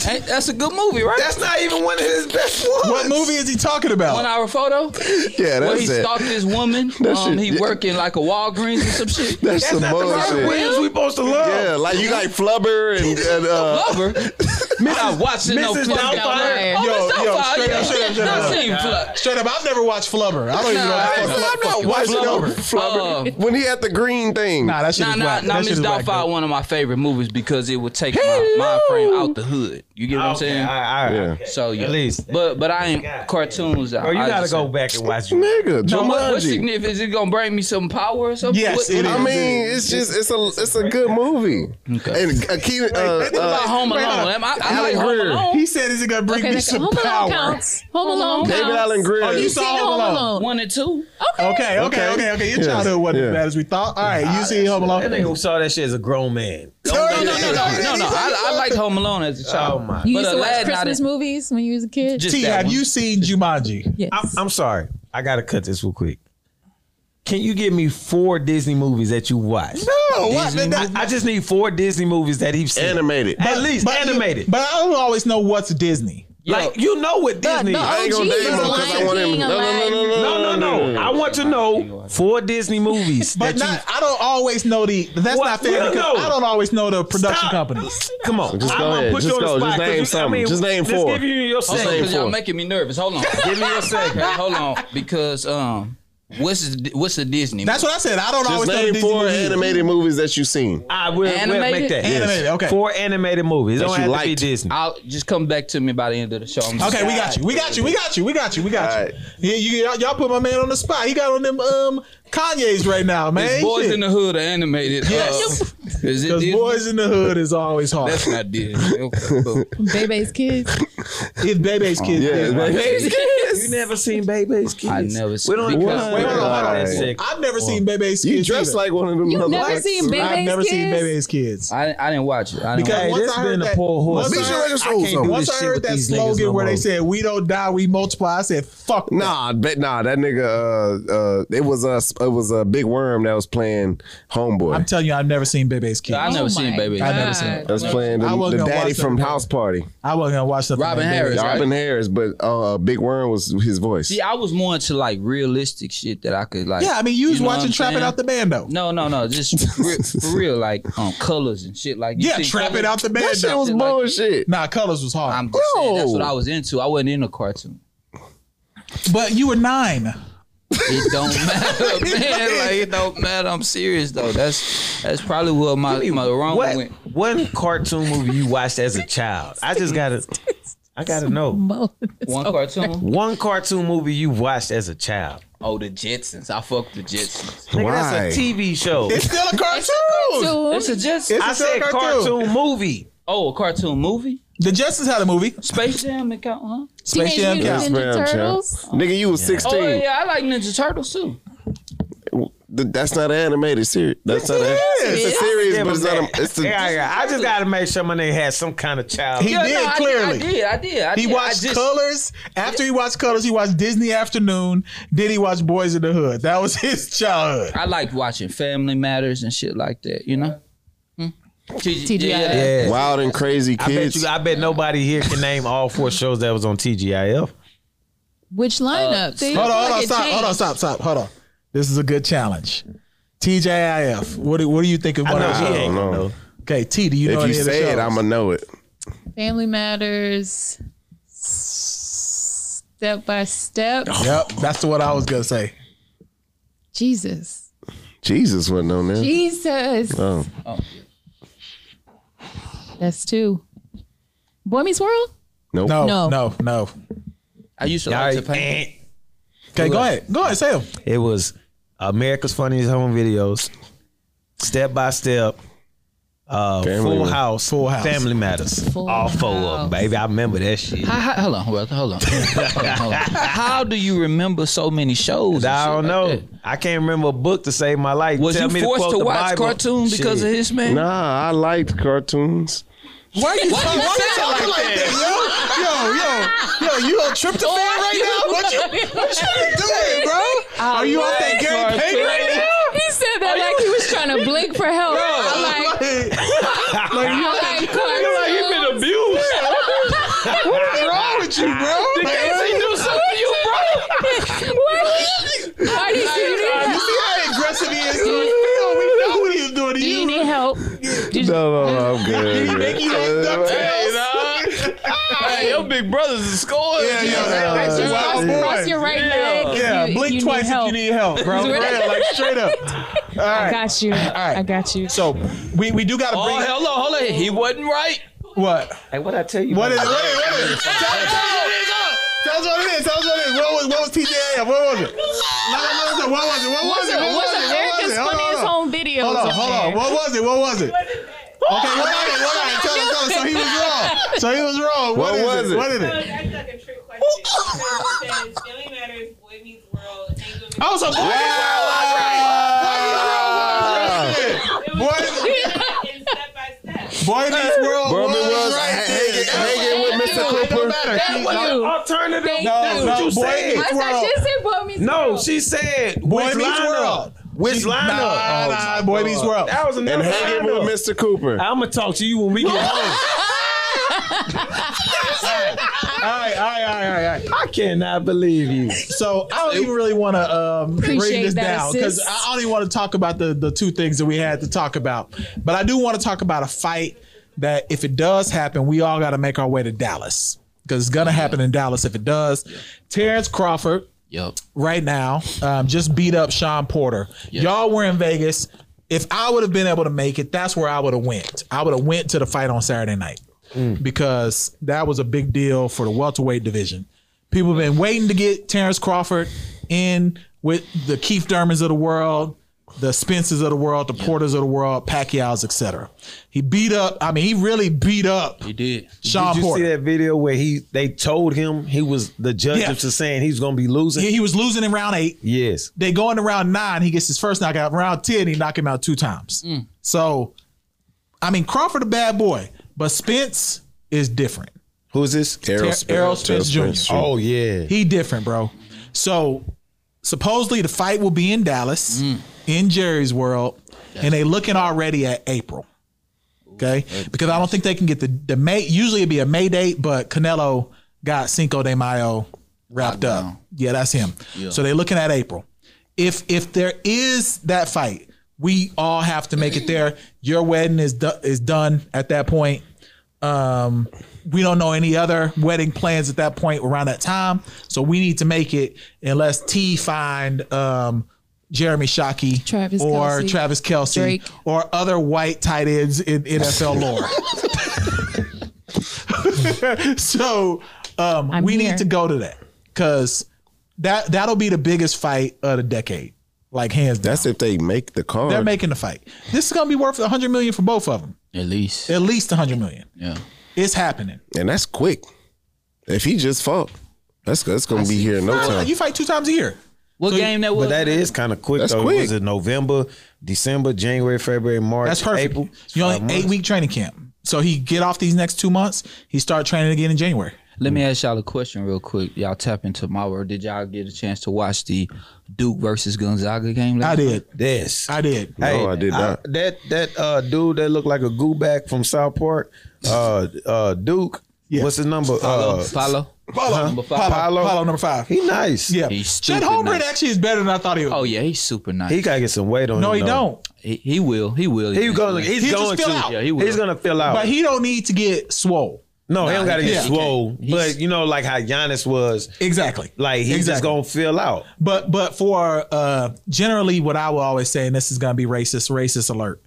S5: Hey, that's a good movie, right?
S2: That's not even one of his best ones.
S4: What movie is he talking
S5: one
S4: about?
S5: hour photo. Where
S3: Yeah, that's
S5: he
S3: it.
S5: stalked this woman.
S3: That
S5: um,
S3: shit-
S5: he
S3: yeah.
S5: working like a Walgreens or some shit.
S3: That's,
S2: That's
S3: some
S2: not the Robert
S3: bullshit.
S2: Williams we supposed to love.
S3: Yeah, like you like flubber and, and uh,
S5: Lover. Not watching no
S2: Mrs.
S5: fucking
S2: Doubtfire.
S5: Oh,
S4: Yo,
S5: Miss
S4: yo,
S5: Doubtfire,
S4: straight up,
S5: yeah.
S4: straight up, straight
S5: Not
S4: up.
S5: seen Fluff.
S4: Straight up, I've never watched Flubber. I don't even know.
S5: Nah,
S4: what
S5: I
S4: the
S5: ain't
S4: fuck-
S5: seen
S3: I'm not watching no
S5: Flubber.
S3: flubber
S5: Uh,
S3: when he at the green thing.
S4: Nah, that shit
S5: Nah,
S4: is
S5: nah,
S4: whack.
S5: nah.
S4: that
S5: Miss
S4: shit is whack, though.
S5: Doubtfire, one of my favorite movies because it would take my mind frame out the hood. You get what I'm
S2: Okay,
S5: saying?
S2: all right, all right,
S3: Yeah.
S2: okay.
S5: So yeah,
S2: at least, but
S5: But but I ain't
S2: God.
S5: cartoons.
S2: bro, you
S5: I
S2: gotta
S5: just-
S2: go back and watch. it.
S3: Nigga,
S5: So
S3: Jumanji.
S5: what, what significance is it gonna bring me some power or something?
S4: Yes,
S5: What-
S4: it
S5: what-
S3: I mean, it's just it's a it's a good movie.
S5: Okay.
S3: And Akina,
S4: think
S3: uh,
S5: about
S3: uh,
S5: Home Alone.
S4: hold on.
S5: Am I, I
S3: Alan
S5: like Home
S3: Greer.
S5: Alone.
S4: He said, "Is it gonna bring
S6: Okay,
S4: me
S6: that's-
S4: some
S6: Home Alone
S4: power?"
S6: counts. Home Alone counts.
S3: David Allen Greer.
S4: Oh, you
S6: Seen
S4: saw Home Alone?
S5: One and two.
S6: Okay.
S4: Okay, okay,
S3: Okay.
S4: okay, okay. Your
S3: Yeah.
S4: childhood wasn't as
S3: Yeah.
S4: bad as we thought. All right, you see Home
S2: That
S4: Alone.
S2: nigga who saw that shit is a grown man.
S5: No, no, no, no, no, no, no. I, I liked Home Alone as a child.
S2: Oh my!
S6: You
S5: But
S6: used to watch
S5: Aladdin, I
S6: Christmas
S5: didn't-
S6: movies when you was a kid.
S5: Just
S4: T,
S5: that
S4: have
S5: one.
S4: you seen Jumanji?
S6: yes.
S2: I'm, I'm sorry. I gotta cut this real quick. Can you give me four Disney movies that you watch?
S4: No, what?
S5: Disney
S4: That-
S2: I, I just need four Disney movies that he's seen.
S3: animated.
S2: At least
S4: you-
S2: animated.
S4: but I don't always know what's Disney.
S2: like you know what
S6: the,
S2: Disney.
S6: the
S2: I ain't
S6: OG
S3: gonna
S2: gonna-
S3: name
S6: is
S3: 'em 'cause I
S6: Lion
S3: want him-
S6: King,
S3: no, no, no,
S6: Aladdin.
S3: no, no.
S2: no, no,
S3: Mm.
S2: no. I want to know four Disney movies
S4: But
S2: that
S4: not, I don't always know the. That's
S2: What?
S4: not fair
S2: We don't
S4: because
S2: know.
S4: I don't always know the
S2: you
S4: production companies.
S2: Come on,
S3: Just go
S2: I'm
S3: ahead.
S2: gonna put
S3: Just
S2: you on
S3: go. Just
S2: the spot. 'cause
S3: name
S2: you- I
S3: something.
S2: mean,
S3: Just name
S2: Just
S3: four.
S2: give you your
S5: Hold on,
S2: second.
S5: because y'all
S3: four.
S5: making me nervous. Hold on. Give me a second. Hold on, because um, what's the- what's a Disney?
S4: That's
S5: movie?
S4: what I said. I don't
S3: Just
S4: always know the
S3: name
S4: Disney
S3: four
S4: movies.
S3: animated movies that you've seen.
S2: I will, will make
S5: Animated?
S2: that.
S4: Animated, okay.
S2: Four animated movies. It
S3: That
S2: don't
S3: you
S2: have to be
S3: liked.
S2: Disney.
S5: I'll just come back to me by the end of the show. I'm just-
S4: Okay, we got you. We got you. We got you. We got you. We got you.
S3: All right.
S4: Yeah, you y'all, y'all put my man on the spot. He got on them um Kanye's right now, man.
S5: It's Boys
S4: Shit.
S5: in the Hood are animated.
S4: Yes.
S5: Uh, is it
S4: Cause
S5: Disney?
S4: boys in the hood is always hard.
S5: That's not Disney. Okay, cool.
S6: Bebe's kids.
S4: It's Bebe's kids.
S3: Yeah,
S4: Disney.
S3: baby.
S2: You never seen Baby's Kids?
S5: I never seen.
S2: We don't even
S5: because-
S2: we don't
S3: Wow.
S2: watch that shit.
S4: I've never seen Bebe's
S3: You
S4: kids.
S3: dressed
S4: either.
S3: like one of them.
S6: You've never
S3: motherfuckers.
S6: seen Baby's
S4: I've never
S6: kids?
S4: seen Bebe's kids.
S5: I I didn't watch it. I didn't
S4: Because
S5: watch
S2: Hey,
S5: it.
S4: once
S2: this
S4: I heard
S2: been a
S4: that-
S2: poor horse.
S4: once
S3: Be
S4: I-
S3: sure your
S2: I can't
S3: soul's
S2: do
S3: on.
S4: Once
S2: this
S4: I
S2: shit
S4: heard
S2: with
S4: that
S2: these niggas
S4: slogan
S2: no
S4: where they
S2: more.
S4: said "We don't die, we multiply," I said "Fuck that."
S3: Nah, but nah, that nigga. Uh, uh, it was a it was a big worm that was playing Homeboy.
S4: I'm telling you, I've never seen Bebe's kids.
S5: I
S4: I,
S5: never
S6: Oh
S5: seen
S6: my
S5: Baby's
S6: God.
S4: I've never seen it.
S3: That's playing the,
S4: I wasn't
S3: the
S4: gonna
S3: daddy
S4: watch
S3: from
S4: that.
S3: House Party.
S4: wasn't gonna watch something.
S5: Robin
S4: like Bebe's.
S5: Harris. That's
S3: Robin Harris, but uh, Big Worm was his voice.
S5: See, I was more into like realistic shit that I could like.
S4: Yeah, I mean, you was
S5: know what
S4: watching
S5: I'm
S4: Trapping
S5: saying?
S4: Out the Bando.
S5: No, no, no. Just for, for real, like um, colors and shit. Like you
S4: Yeah,
S5: see
S4: Trapping
S5: colors-
S4: Out the
S3: that shit
S4: Bando.
S3: was
S5: Shit like-
S3: bullshit.
S4: Nah, colors was hard.
S5: I'm just saying that's
S3: No.
S5: what I was into. I wasn't into cartoon.
S4: But you were nine.
S5: It don't matter, man. Like it don't matter. I'm serious though. That's that's probably where my my wrong
S2: What
S5: went.
S2: one cartoon movie you watched as a child? I just gotta, I gotta know.
S6: Mo-
S5: One cartoon.
S2: One cartoon movie you watched as a child.
S5: Oh, the Jetsons. I fucked the Jetsons.
S2: Nigga,
S3: Why?
S2: that's a TV show.
S4: It's still a cartoon.
S6: Two.
S5: It's a Jetsons.
S4: It's
S2: I
S4: a still
S2: said
S4: a cartoon.
S2: cartoon movie.
S5: Oh, a cartoon movie.
S4: The Justice had a movie.
S5: Space Jam and count, huh?
S4: Space Jam
S6: Teenage Mutant
S4: counts.
S6: Ninja
S3: Spam,
S6: Turtles.
S3: Nigga, you was 16.
S5: Oh yeah, I like Ninja Turtles too.
S3: Th- That's not an animated series. That's not a,
S4: is.
S3: it's a series,
S2: Yeah,
S3: but it's
S2: but
S3: not
S2: that-
S3: a, it's a,
S2: yeah, yeah. I just gotta make sure my nigga had some kind of child.
S4: He did,
S5: I I
S4: clearly.
S5: did. I did. I
S4: He
S5: did. I
S4: watched
S5: just-
S4: Colors. After he watched Colors, he watched Disney Afternoon. Then he watched Boys in the Hood. That was his childhood.
S5: I liked watching Family Matters and shit like that. You know. Hmm?
S6: TGIF.
S5: Yeah.
S2: yeah.
S3: wild and crazy
S2: I bet
S3: kids.
S2: you. I bet nobody here can name all four shows that was on TGIF.
S6: Which
S5: Uh,
S6: lineup? See,
S4: Hold on, hold
S6: look,
S4: on,
S6: it
S4: stop, hold on,
S6: changed.
S4: stop, stop, hold on. This is a good challenge. TJIF. What do, what do you think of
S2: I
S4: one
S2: know
S4: of
S2: he
S4: those?
S2: ain't gonna
S3: know.
S2: know.
S4: Okay, T, do you know
S3: if you
S4: any of the
S3: say it,
S4: shows?
S3: I'm gonna know it.
S6: Family Matters. Step by step.
S4: Yep, that's what I was gonna say.
S6: Jesus.
S3: Jesus wasn't on there.
S6: Jesus.
S3: Oh,
S6: That's two. Boy Meets World?
S3: nope.
S4: No, no,
S6: No.
S4: no,
S5: I used to
S2: Y'all
S5: like to
S2: ain't-
S5: paint.
S2: eh.
S4: Okay, go ahead, go ahead, say them.
S2: It was America's Funniest Home Videos, Step by Step, uh,
S3: Family
S2: Full
S3: Matters.
S2: House,
S4: Full House.
S2: Family Matters,
S6: Full
S2: all four of them,
S6: House.
S2: baby. I remember that shit.
S5: How, how, hold on, brother. Hold on. Hold on, hold on. How do you remember so many shows? and
S2: I
S5: shit
S2: don't
S5: like
S2: know.
S5: that?
S2: I can't remember a book to save my life.
S5: Was
S2: Tell me
S5: you forced
S2: quote
S5: to,
S2: the
S5: watch
S2: Bible.
S5: cartoon because
S2: Shit.
S5: of his man?
S3: Nah, I liked cartoons.
S4: Why you, why
S5: you
S4: you
S5: sound
S4: talking like that, yo? Yo, yo, yo, you on tryptophan right now? What you, what you doing, bro? Are you off that Gary Payton right now?
S6: He said that like he was trying to blink for help. I'm like,
S4: like you
S3: no, no, I'm good.
S7: Hey, your big brother's is scoring.
S3: Yeah, yeah,
S7: That's
S6: Just
S7: a
S6: cross,
S7: wild
S6: cross
S7: boy.
S6: your right
S7: Yeah.
S6: leg. if
S4: Yeah,
S6: you-
S4: blink
S6: you
S4: twice
S6: need help.
S4: if you need help, bro. For real, like straight up. All
S7: I
S4: right.
S7: got you. I got you.
S4: So we, we do got to
S7: Oh,
S4: bring
S7: hold on, hold on. He wasn't right.
S4: what?
S5: Hey, what I tell you?
S4: What is what is what is? Tell us what it is. Tell us what it is. What was what was TJF? What was it? What was it? What was
S7: What's
S4: it?
S7: a-
S4: What was
S7: what's
S4: it?
S7: a
S4: What was
S7: Erica's
S4: it? Hold on,
S7: funniest
S4: hold on.
S7: home videos?
S4: Hold on,
S7: up
S4: Oh, hold on.
S7: there?
S4: What was it? What was it? Okay, what on it? What on it? Tell us, tell us. So he was wrong. So he was wrong. Oh, What,
S3: What
S4: is
S3: was
S4: it?
S3: it?
S4: What is it?
S8: That's like a trick question. It says, Family Matters, Boy Meets World, Angel Meets
S4: I was a boy.
S8: It
S4: Boy,
S8: was included in Step by Step.
S4: boy, this world
S3: Bourbon
S4: was,
S3: was
S4: right
S3: hanging,
S4: there.
S3: hanging with Mr.
S4: It don't
S3: Cooper.
S4: matter. He-
S6: you.
S2: Alternative.
S6: Thank
S4: No,
S6: you.
S4: no,
S2: That's what you
S4: boy,
S2: said.
S4: meets
S6: I thought
S4: world.
S6: she said boy meets
S2: No,
S6: world.
S2: she said
S4: Boy
S2: which
S4: Meets
S2: lineup?
S4: World.
S2: Which lineup?
S4: Nah, nah, boy meets world.
S2: That was
S3: And
S2: another
S3: hanging with
S2: lineup.
S3: Mr. Cooper.
S2: I'm gonna talk to you when we get home.
S4: All right, all right, all right, all right, all right.
S2: I cannot believe you.
S4: So I don't even really want to um, bring
S6: Appreciate
S4: this
S6: that
S4: down because
S6: assist.
S4: I I don't even want to talk about the the two things that we had to talk about. But I do want to talk about a fight that if it does happen, we all got to make our way to Dallas because it's gonna happen in Dallas if it does. Terrence Crawford
S5: Yep.
S4: right now um, just beat up Sean Porter. Y'all were in Vegas. If I would have been able to make it, that's where I would have went. I would have went to the fight on Saturday night
S2: Mm.
S4: because that was a big deal for the welterweight division. People have been waiting to get Terrence Crawford in with the Keith Durmans of the world, the Spencers of the world, the Porters of the world, Pacquiao's, etc. He beat up. I mean, he really beat up
S5: He did.
S4: Sean
S2: Did you
S4: Porter.
S2: see that video where he they told him he was the judge
S4: Yeah.
S2: was saying he's gonna be losing?
S4: He- he was losing in round eight.
S2: Yes.
S4: They go into round nine, he gets his first knockout. Round 10, he knock him out two times. So, I mean, Crawford a bad boy, but Spence is different.
S2: Who is this?
S3: Errol
S4: Ter- Errol Spence Jr.
S2: Oh yeah.
S4: He different, bro. So, supposedly the fight will be in Dallas, in Jerry's world, and they looking already at April. Okay? Because I don't think they can get the, the May, usually it'd be a May date, but Canelo got Cinco de Mayo wrapped up. Yeah, that's him. So they're looking at April. If if there is that fight, we all have to make it there. Your wedding is do- is done at that point. Um, we don't know any other wedding plans at that point around that time, so we need to make it unless T find um, Jeremy Shockey
S6: Travis
S4: or
S6: Kelce.
S4: Travis Kelsey
S6: Drake.
S4: or other white tight ends in NFL lore. so um,
S7: I'm
S4: we
S7: here.
S4: need to go to that because that that'll be the biggest fight of the decade, like hands down.
S3: That's if they make the card.
S4: They're making the fight. This is gonna be worth 100 million for both of them,
S5: At least.
S4: at least 100 million.
S5: Yeah.
S4: It's happening.
S3: and that's quick. If he just fought, that's that's gonna be here in no
S4: Well,
S3: time.
S4: You fight two times a year.
S5: What game that was?
S2: But that is kind of quick
S3: That's
S2: though.
S3: quick.
S2: Was it November, December, January, February, March,
S4: That's perfect.
S2: April?
S4: You
S2: Five
S4: only
S2: months.
S4: eight week training camp. So he get off these next two months. He start training again in January.
S5: Let me ask y'all a question real quick. Y'all tap into my world. Did y'all get a chance to watch the Duke versus Gonzaga game? last
S4: I
S5: night?
S4: did.
S2: Yes.
S4: I did.
S2: Hey,
S3: No, I did not.
S2: that that uh, dude that looked like a goo back from South Park, uh, uh, Duke.
S4: Yeah.
S2: What's his number?
S5: Follow.
S2: Uh,
S5: follow. Number five.
S4: Paulo,
S2: Paulo.
S4: Paulo number five.
S2: he nice.
S4: Yeah.
S5: He's
S4: Chet
S5: stupid
S4: Holmgren
S5: nice.
S4: actually is better than I thought he was.
S5: Oh yeah, he's super nice.
S2: He gotta get some weight on
S4: no,
S2: him.
S4: he
S2: though.
S4: don't.
S5: He, he will. He will.
S2: He going.
S5: eventually.
S2: He's
S4: He'll just
S2: going
S4: fill
S2: to.
S4: out.
S5: Yeah, he will.
S2: He's gonna fill out.
S4: But he don't need to get swole.
S2: no, he don't gotta
S4: he
S2: get
S4: can't.
S2: swole.
S5: He's-
S2: But you know, like how Giannis was,
S4: Exactly.
S2: like he's just
S4: Exactly.
S2: gonna fill out.
S4: But but for uh generally what I will always say, and this is gonna be racist, racist alert.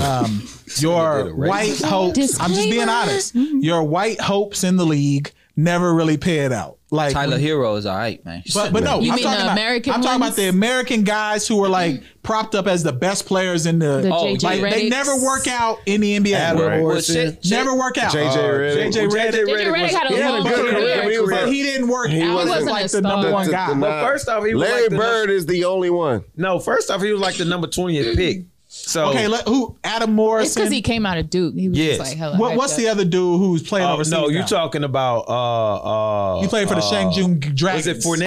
S4: Um your white hopes. I'm just being
S6: Disclaimer. Mm-hmm.
S4: honest. Your white hopes in the league never really pan out. Like
S5: Tyler Hero is all right, man.
S4: But, but no,
S6: You
S4: I'm
S6: mean
S4: talking
S6: the
S4: about
S6: American
S4: I'm talking
S6: ones?
S4: about the American guys who are like propped up as the best players in the,
S6: The
S5: Oh,
S6: JJ
S4: like they
S6: Reddick's.
S4: never work out in the NBA.
S2: Adam
S3: Right.
S5: Well,
S2: Morrison.
S5: Chet- Chet-
S4: never work out.
S3: JJ Redick.
S4: JJ uh, Redick.
S2: JJ
S7: JJ Redick
S2: was-
S7: had a
S2: he
S7: long
S2: good
S7: career.
S2: When he was
S4: But
S2: at-
S4: he didn't work
S3: He
S4: out.
S3: wasn't-
S4: He was like the number
S3: The-
S4: one
S3: the-
S4: guy.
S3: the nine-
S2: first off, he was
S3: Larry
S2: like the-
S3: Bird is the only one.
S2: no, first off, he was like the number twentieth pick. So
S4: okay, let, who Adam
S7: It's
S4: Morrison?
S7: because he came out of Duke. He was
S2: Yes.
S7: just like, hella
S4: what, what's
S7: hyped
S4: the
S7: up.
S4: other dude who's playing
S2: Oh,
S4: overseas?
S2: no,
S4: now?
S2: you're talking about uh uh
S4: He played for the Shang Jun Dragons.
S2: Was it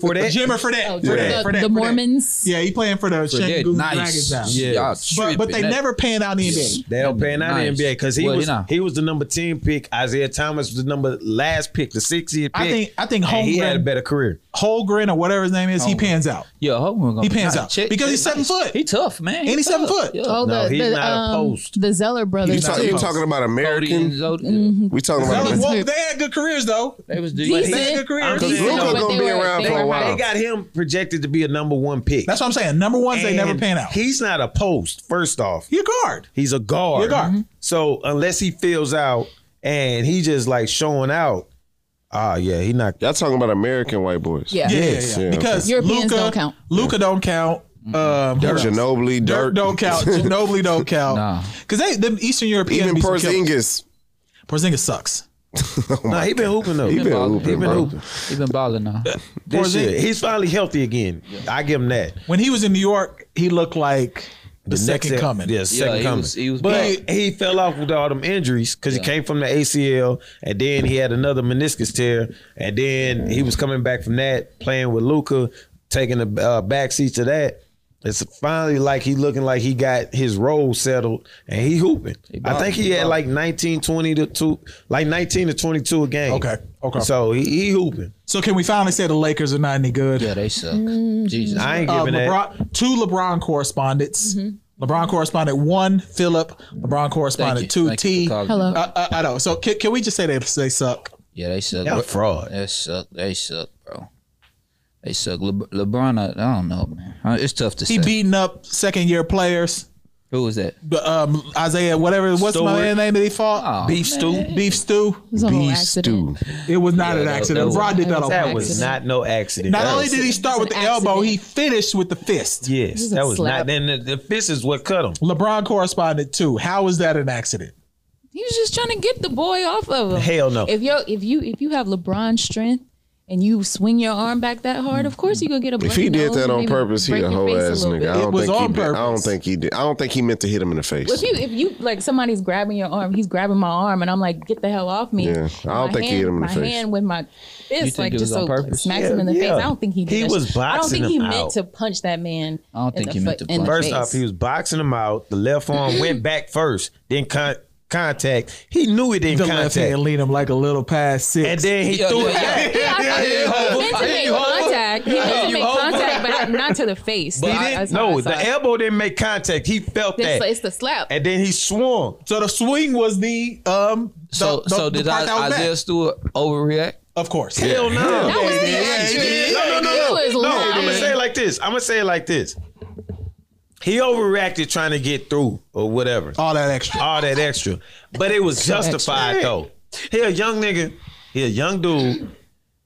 S2: Fournette?
S4: Jim or Fournette?
S7: Oh,
S4: Fournette,
S7: the,
S4: Fournette,
S7: the
S4: Fournette.
S7: Mormons.
S4: Yeah, he playing for the Shang
S5: They're
S4: Jun
S5: nice.
S4: Dragons now.
S5: Yeah. Y'all
S4: But, but they
S5: tripping. That-
S4: never pan out in the NBA.
S2: They don't pay out in
S5: Nice.
S2: the NBA because he
S5: Well,
S2: was
S5: you know.
S2: he was the number ten pick. Isaiah Thomas was the number last pick, the 60th pick.
S4: I think I think
S2: and he
S4: Holmgren
S2: had a better career.
S4: Holgren or whatever his name is, he pans out.
S5: Yo, Holgren gonna
S4: He
S5: be
S4: pans
S5: nice.
S4: out. Because he's seven foot.
S5: He tough man.
S4: And he's seven
S5: tough.
S4: foot.
S5: Yeah.
S7: Oh,
S2: No,
S7: the,
S2: he's
S7: the,
S2: not a
S7: um,
S2: post.
S7: the Zeller brothers.
S3: You, talk, you talking about
S5: Cody and
S3: American?
S5: Zodi-
S3: We talking
S4: They
S3: about
S4: was- they had good careers though.
S5: They was
S4: They
S5: decent.
S7: Decent.
S4: had good careers.
S2: Because
S7: Decent,
S3: Luka
S7: but
S3: gonna
S7: they
S3: be
S7: were-
S3: around
S7: they
S3: for a
S7: were
S3: while.
S4: Oh.
S7: high.
S2: They got him projected to be a number one pick.
S4: That's what I'm saying. Number ones, they never
S2: And
S4: pan out.
S2: He's not a post, first off.
S4: He a guard.
S2: He's a guard. Mm-hmm.
S4: He a guard. Mhm.
S2: So unless he fills out and he just like showing out, ah yeah, he not
S3: Y'all talking about American white boys?
S7: Yeah.
S4: Yeah,
S3: Yes,
S4: yeah, yeah.
S3: yeah,
S4: Because
S7: Europeans
S4: Luca
S7: don't count.
S4: Luca don't count. Um, who else?
S3: Ginobili,
S4: Dirk
S3: Dirk,
S4: don't count. Ginobili don't count.
S5: Nah.
S4: Because they them Eastern Europeans
S3: even
S4: be some killers.
S3: Porzingis.
S4: Porzingis sucks.
S2: nah, he been hooping though.
S3: He been
S5: balling.
S3: hooping,
S2: He been
S3: bro.
S2: hooping.
S5: He been balling now.
S2: This
S4: Porzingis.
S2: year. He's finally healthy again. I give him that.
S4: When he was in New York, he looked like the,
S2: The
S4: second
S2: next-
S4: coming.
S2: Yeah, second
S5: he
S2: coming.
S5: was- he was
S2: but
S5: bad.
S2: he fell off with all them injuries because he came from the ACL and then he had another meniscus tear and then he was coming back from that playing with Luca, taking a uh, backseat to that. It's finally like he looking like he got his role settled and he hooping. I think he had like 19, 20 to two, like 19 to 22 a game.
S4: Okay, okay.
S2: So he, he hooping.
S4: So can we finally say the Lakers are not any good?
S5: Yeah, they suck.
S3: Mm-hmm.
S5: Jesus.
S2: I ain't
S4: Uh,
S2: giving that.
S4: LeBron, two LeBron correspondents.
S7: Mm-hmm.
S4: LeBron correspondent one, Philip. LeBron
S5: Thank you.
S4: correspondent two,
S5: Thank
S4: T.
S5: you for
S4: I
S5: calling.
S7: Hello.
S4: I- I know. So can, can we just say they, they suck?
S5: Yeah, they suck.
S2: Y'all
S5: Le-
S2: fraud.
S5: They suck. They suck, bro. They suck. Le- LeBron, I, I don't know, man. Uh, It's tough to
S4: He
S5: say.
S4: beating up second year players.
S5: Who was that?
S4: But, um, Isaiah, whatever. What's my
S2: Stewart.
S4: man's name that he fought?
S5: Oh,
S2: Beef stew.
S4: Beef Stew.
S7: It was a whole
S3: Beef
S7: accident.
S3: stew.
S4: It was not an
S5: that-
S4: accident.
S5: that was-
S4: LeBron did that on
S2: That
S4: purpose.
S2: was not no accident.
S4: Not
S2: That
S4: only
S2: was-
S4: did he start with the
S7: It's an
S4: elbow, he
S7: accident.
S4: finished with the fist.
S2: Yes,
S7: a
S2: that was
S7: slap.
S2: not. Then the, the fist is what cut him.
S4: LeBron correspondent two. How is that an accident?
S6: He was just trying to get the boy off of him.
S2: Hell no.
S6: If you if you if you have LeBron strength and you swing your arm back that hard, of course you gonna get a.
S3: If he
S6: broken
S3: did
S6: nose
S3: that
S6: and
S3: on
S6: maybe
S3: purpose, he
S6: break
S3: a
S6: your
S3: whole
S6: face
S3: ass
S6: little
S3: nigga.
S6: bit.
S3: I don't
S4: was
S3: think he
S4: on
S3: did. I don't
S4: purpose.
S3: think he did. I don't think he meant to hit him in the face.
S6: If you if you like somebody's grabbing your arm, he's grabbing my arm, and I'm like, get the hell off me.
S3: Yeah, I
S6: And
S3: don't
S6: my
S3: think he
S6: hand-
S3: hit him in the
S6: my
S3: face.
S6: hand with my fist,
S5: think
S6: like
S5: it was
S6: just so
S5: on purpose?
S6: smacks him in the
S2: Yeah,
S6: face.
S2: yeah.
S6: I don't think he did.
S2: He
S6: that
S2: was
S6: shit. I don't
S2: boxing
S6: think he
S2: him
S6: meant
S2: out.
S6: to punch that man.
S5: I don't
S6: in
S5: think
S6: the
S5: he meant
S6: foot-
S5: to
S6: in the
S5: punch
S2: First
S6: face.
S2: off, he was boxing him out. The left arm went back first, then con- contact. He knew he didn't
S4: The left hand
S2: contact,
S4: lead him like a little past six.
S2: and then he
S5: Yeah,
S2: threw
S5: yeah,
S2: it back.
S6: Yeah, I thought he meant to make contact. He meant to make
S5: hope.
S6: contact, but not to the face.
S2: He
S6: I-
S2: didn't.
S6: that's what I
S2: No,
S6: saw.
S2: the elbow didn't make contact. He felt
S6: It's,
S2: that,
S6: the- it's the slap.
S2: and then he swung.
S4: so the swing was the um. the-
S5: So,
S4: the-
S5: so
S4: the
S5: did
S4: part
S5: I,
S4: that was
S5: Isaiah
S4: bad.
S5: Stewart overreact?
S4: Of course.
S2: Hell no.
S6: That was the
S4: he
S6: action.
S4: did.
S2: No, no,
S6: It
S2: no,
S6: was
S2: no. No,
S6: lying.
S2: I'm gonna say it like this. I'm gonna say it like this. He overreacted trying to get through or whatever.
S4: All that extra.
S2: all that extra. But it was justified though. He a young nigga. He a young dude.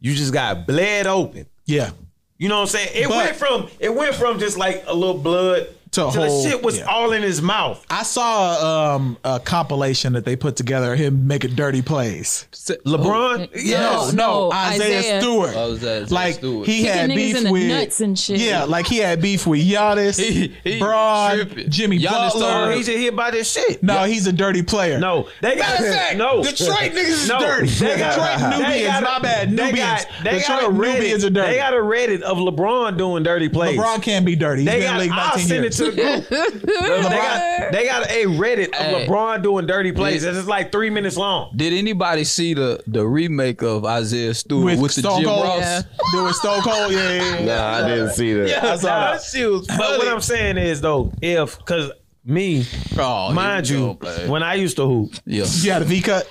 S2: You just got bled open.
S4: Yeah.
S2: You know what I'm saying? It
S4: But-
S2: went from it went from just like a little blood
S4: To a
S2: to the
S4: whole-
S2: shit was
S4: yeah.
S2: all in his mouth.
S4: I saw um, a compilation that they put together of him making dirty plays. Oh,
S2: LeBron, yes.
S6: no,
S4: Isaiah,
S6: Isaiah.
S4: Stewart.
S5: Oh, is that Isaiah
S4: like
S5: Stewart?
S4: he
S6: Kicking
S4: had
S6: niggas
S4: beef
S6: in the
S4: with
S6: nuts and shit.
S4: Yeah, like he had beef with Giannis,
S5: He- he
S4: Braun,
S5: tripping.
S4: Jimmy
S5: Giannis
S4: Butler.
S5: started-
S2: He's just hit by this shit.
S4: no, he's a dirty player.
S2: No, they got no
S4: Detroit niggas is
S2: no,
S4: dirty.
S2: They got
S4: Detroit
S2: they
S4: Nubians,
S2: got-
S4: my bad,
S2: They
S4: Nubians.
S2: got, they got a
S4: Detroit
S2: Reddit.
S4: Nubians are dirty.
S2: They got a Reddit of LeBron doing dirty plays.
S4: LeBron can't be dirty. He's
S2: They
S4: been in the
S2: got,
S4: league
S2: I'll
S4: 19
S2: send it
S4: years.
S2: to the group. they, got, they got a Reddit of
S5: Hey.
S2: LeBron doing dirty plays. It's like three minutes long.
S5: Did anybody see the the remake of Isaiah Stewart with,
S4: with,
S5: the
S4: Stone
S5: Jim
S4: Cold.
S5: Ross?
S4: Dude, with Stone Cold, yeah, yeah, yeah.
S3: nah, I didn't see that.
S2: Yeah,
S4: saw that.
S2: But what I'm saying is though, if because me,
S5: Oh, here
S2: mind
S5: we
S2: you,
S5: go, man.
S2: when I used to hoop,
S5: yeah.
S4: You had a V cut.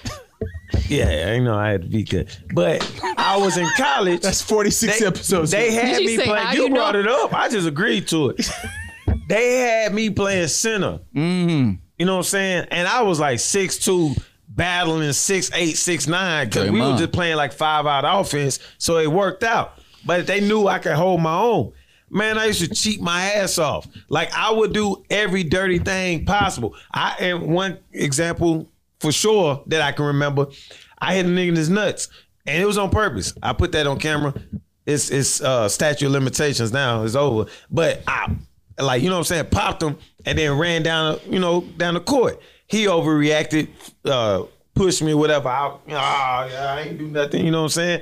S2: yeah, I know I had to be good, but I was in college.
S4: That's 46 episodes.
S2: They
S7: Did
S2: had
S7: you
S2: me
S7: say
S2: playing.
S7: how
S2: You
S7: you know?
S2: brought it up. I just agreed to it. they had me playing center. You know what I'm saying? And I was like six two, battling six eight, six nine. Cause we were
S5: Draymond.
S2: just playing like five out offense, so it worked out. But they knew I could hold my own. Man, I used to cheat my ass off. Like I would do every dirty thing possible. I and one example for sure that I can remember, I hit a nigga in his nuts. And it was on purpose. I put that on camera. It's it's uh statute of limitations now, it's over. But I like you know what I'm saying, popped him and then ran down, you know, down the court. He overreacted, uh, pushed me, whatever. I, ah, yeah, I ain't do nothing. You know what I'm saying?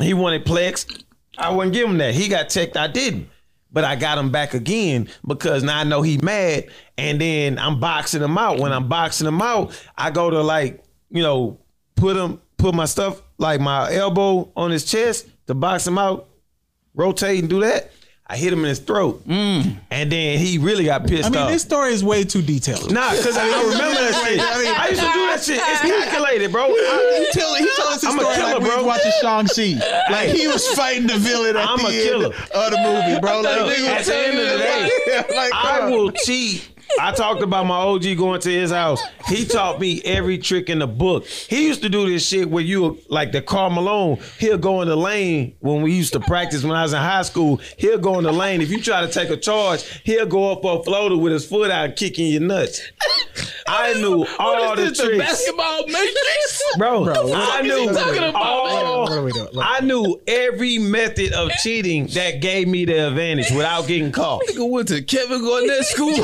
S2: He wanted plex. I wouldn't give him that. He got checked. I didn't. But I got him back again because now I know he mad. And then I'm boxing him out. When I'm boxing him out, I go to like, you know, put him, put my stuff like my elbow on his chest to box him out. rotate and do that. I hit him in his throat, and then he really got pissed
S4: Mm. I mean,
S2: off.
S4: this story is way too detailed.
S2: Nah, because I, I remember that shit. I, used to do that shit. It's calculated, bro. I,
S4: He told, he told us his
S2: I'm a
S4: story
S2: killer,
S4: like we
S2: bro.
S4: was watching Shang-Chi. Like he was fighting the villain at
S2: I'm
S4: the
S2: a
S4: end
S2: killer.
S4: of the movie, bro. Like,
S2: Look,
S4: nigga
S2: at
S4: was
S2: the end of the
S4: telling
S2: day,
S4: me, like,
S2: I
S4: bro.
S2: will cheat. I talked about my OG going to his house. He taught me every trick in the book. He used to do this shit where you like the Carl Malone. He'll go in the lane when we used to practice when I was in high school. He'll go in the lane. If you try to take a charge, he'll go up a floater with his foot out, kicking your nuts. I knew all the
S5: the
S2: tricks.
S5: basketball matrix.
S2: Bro, I
S5: fuck is he
S2: knew
S5: talking about,
S2: all-
S4: What are we doing? Look.
S2: I knew every method of cheating that gave me the advantage without getting caught.
S5: Nigga went to Kevin Garnett school.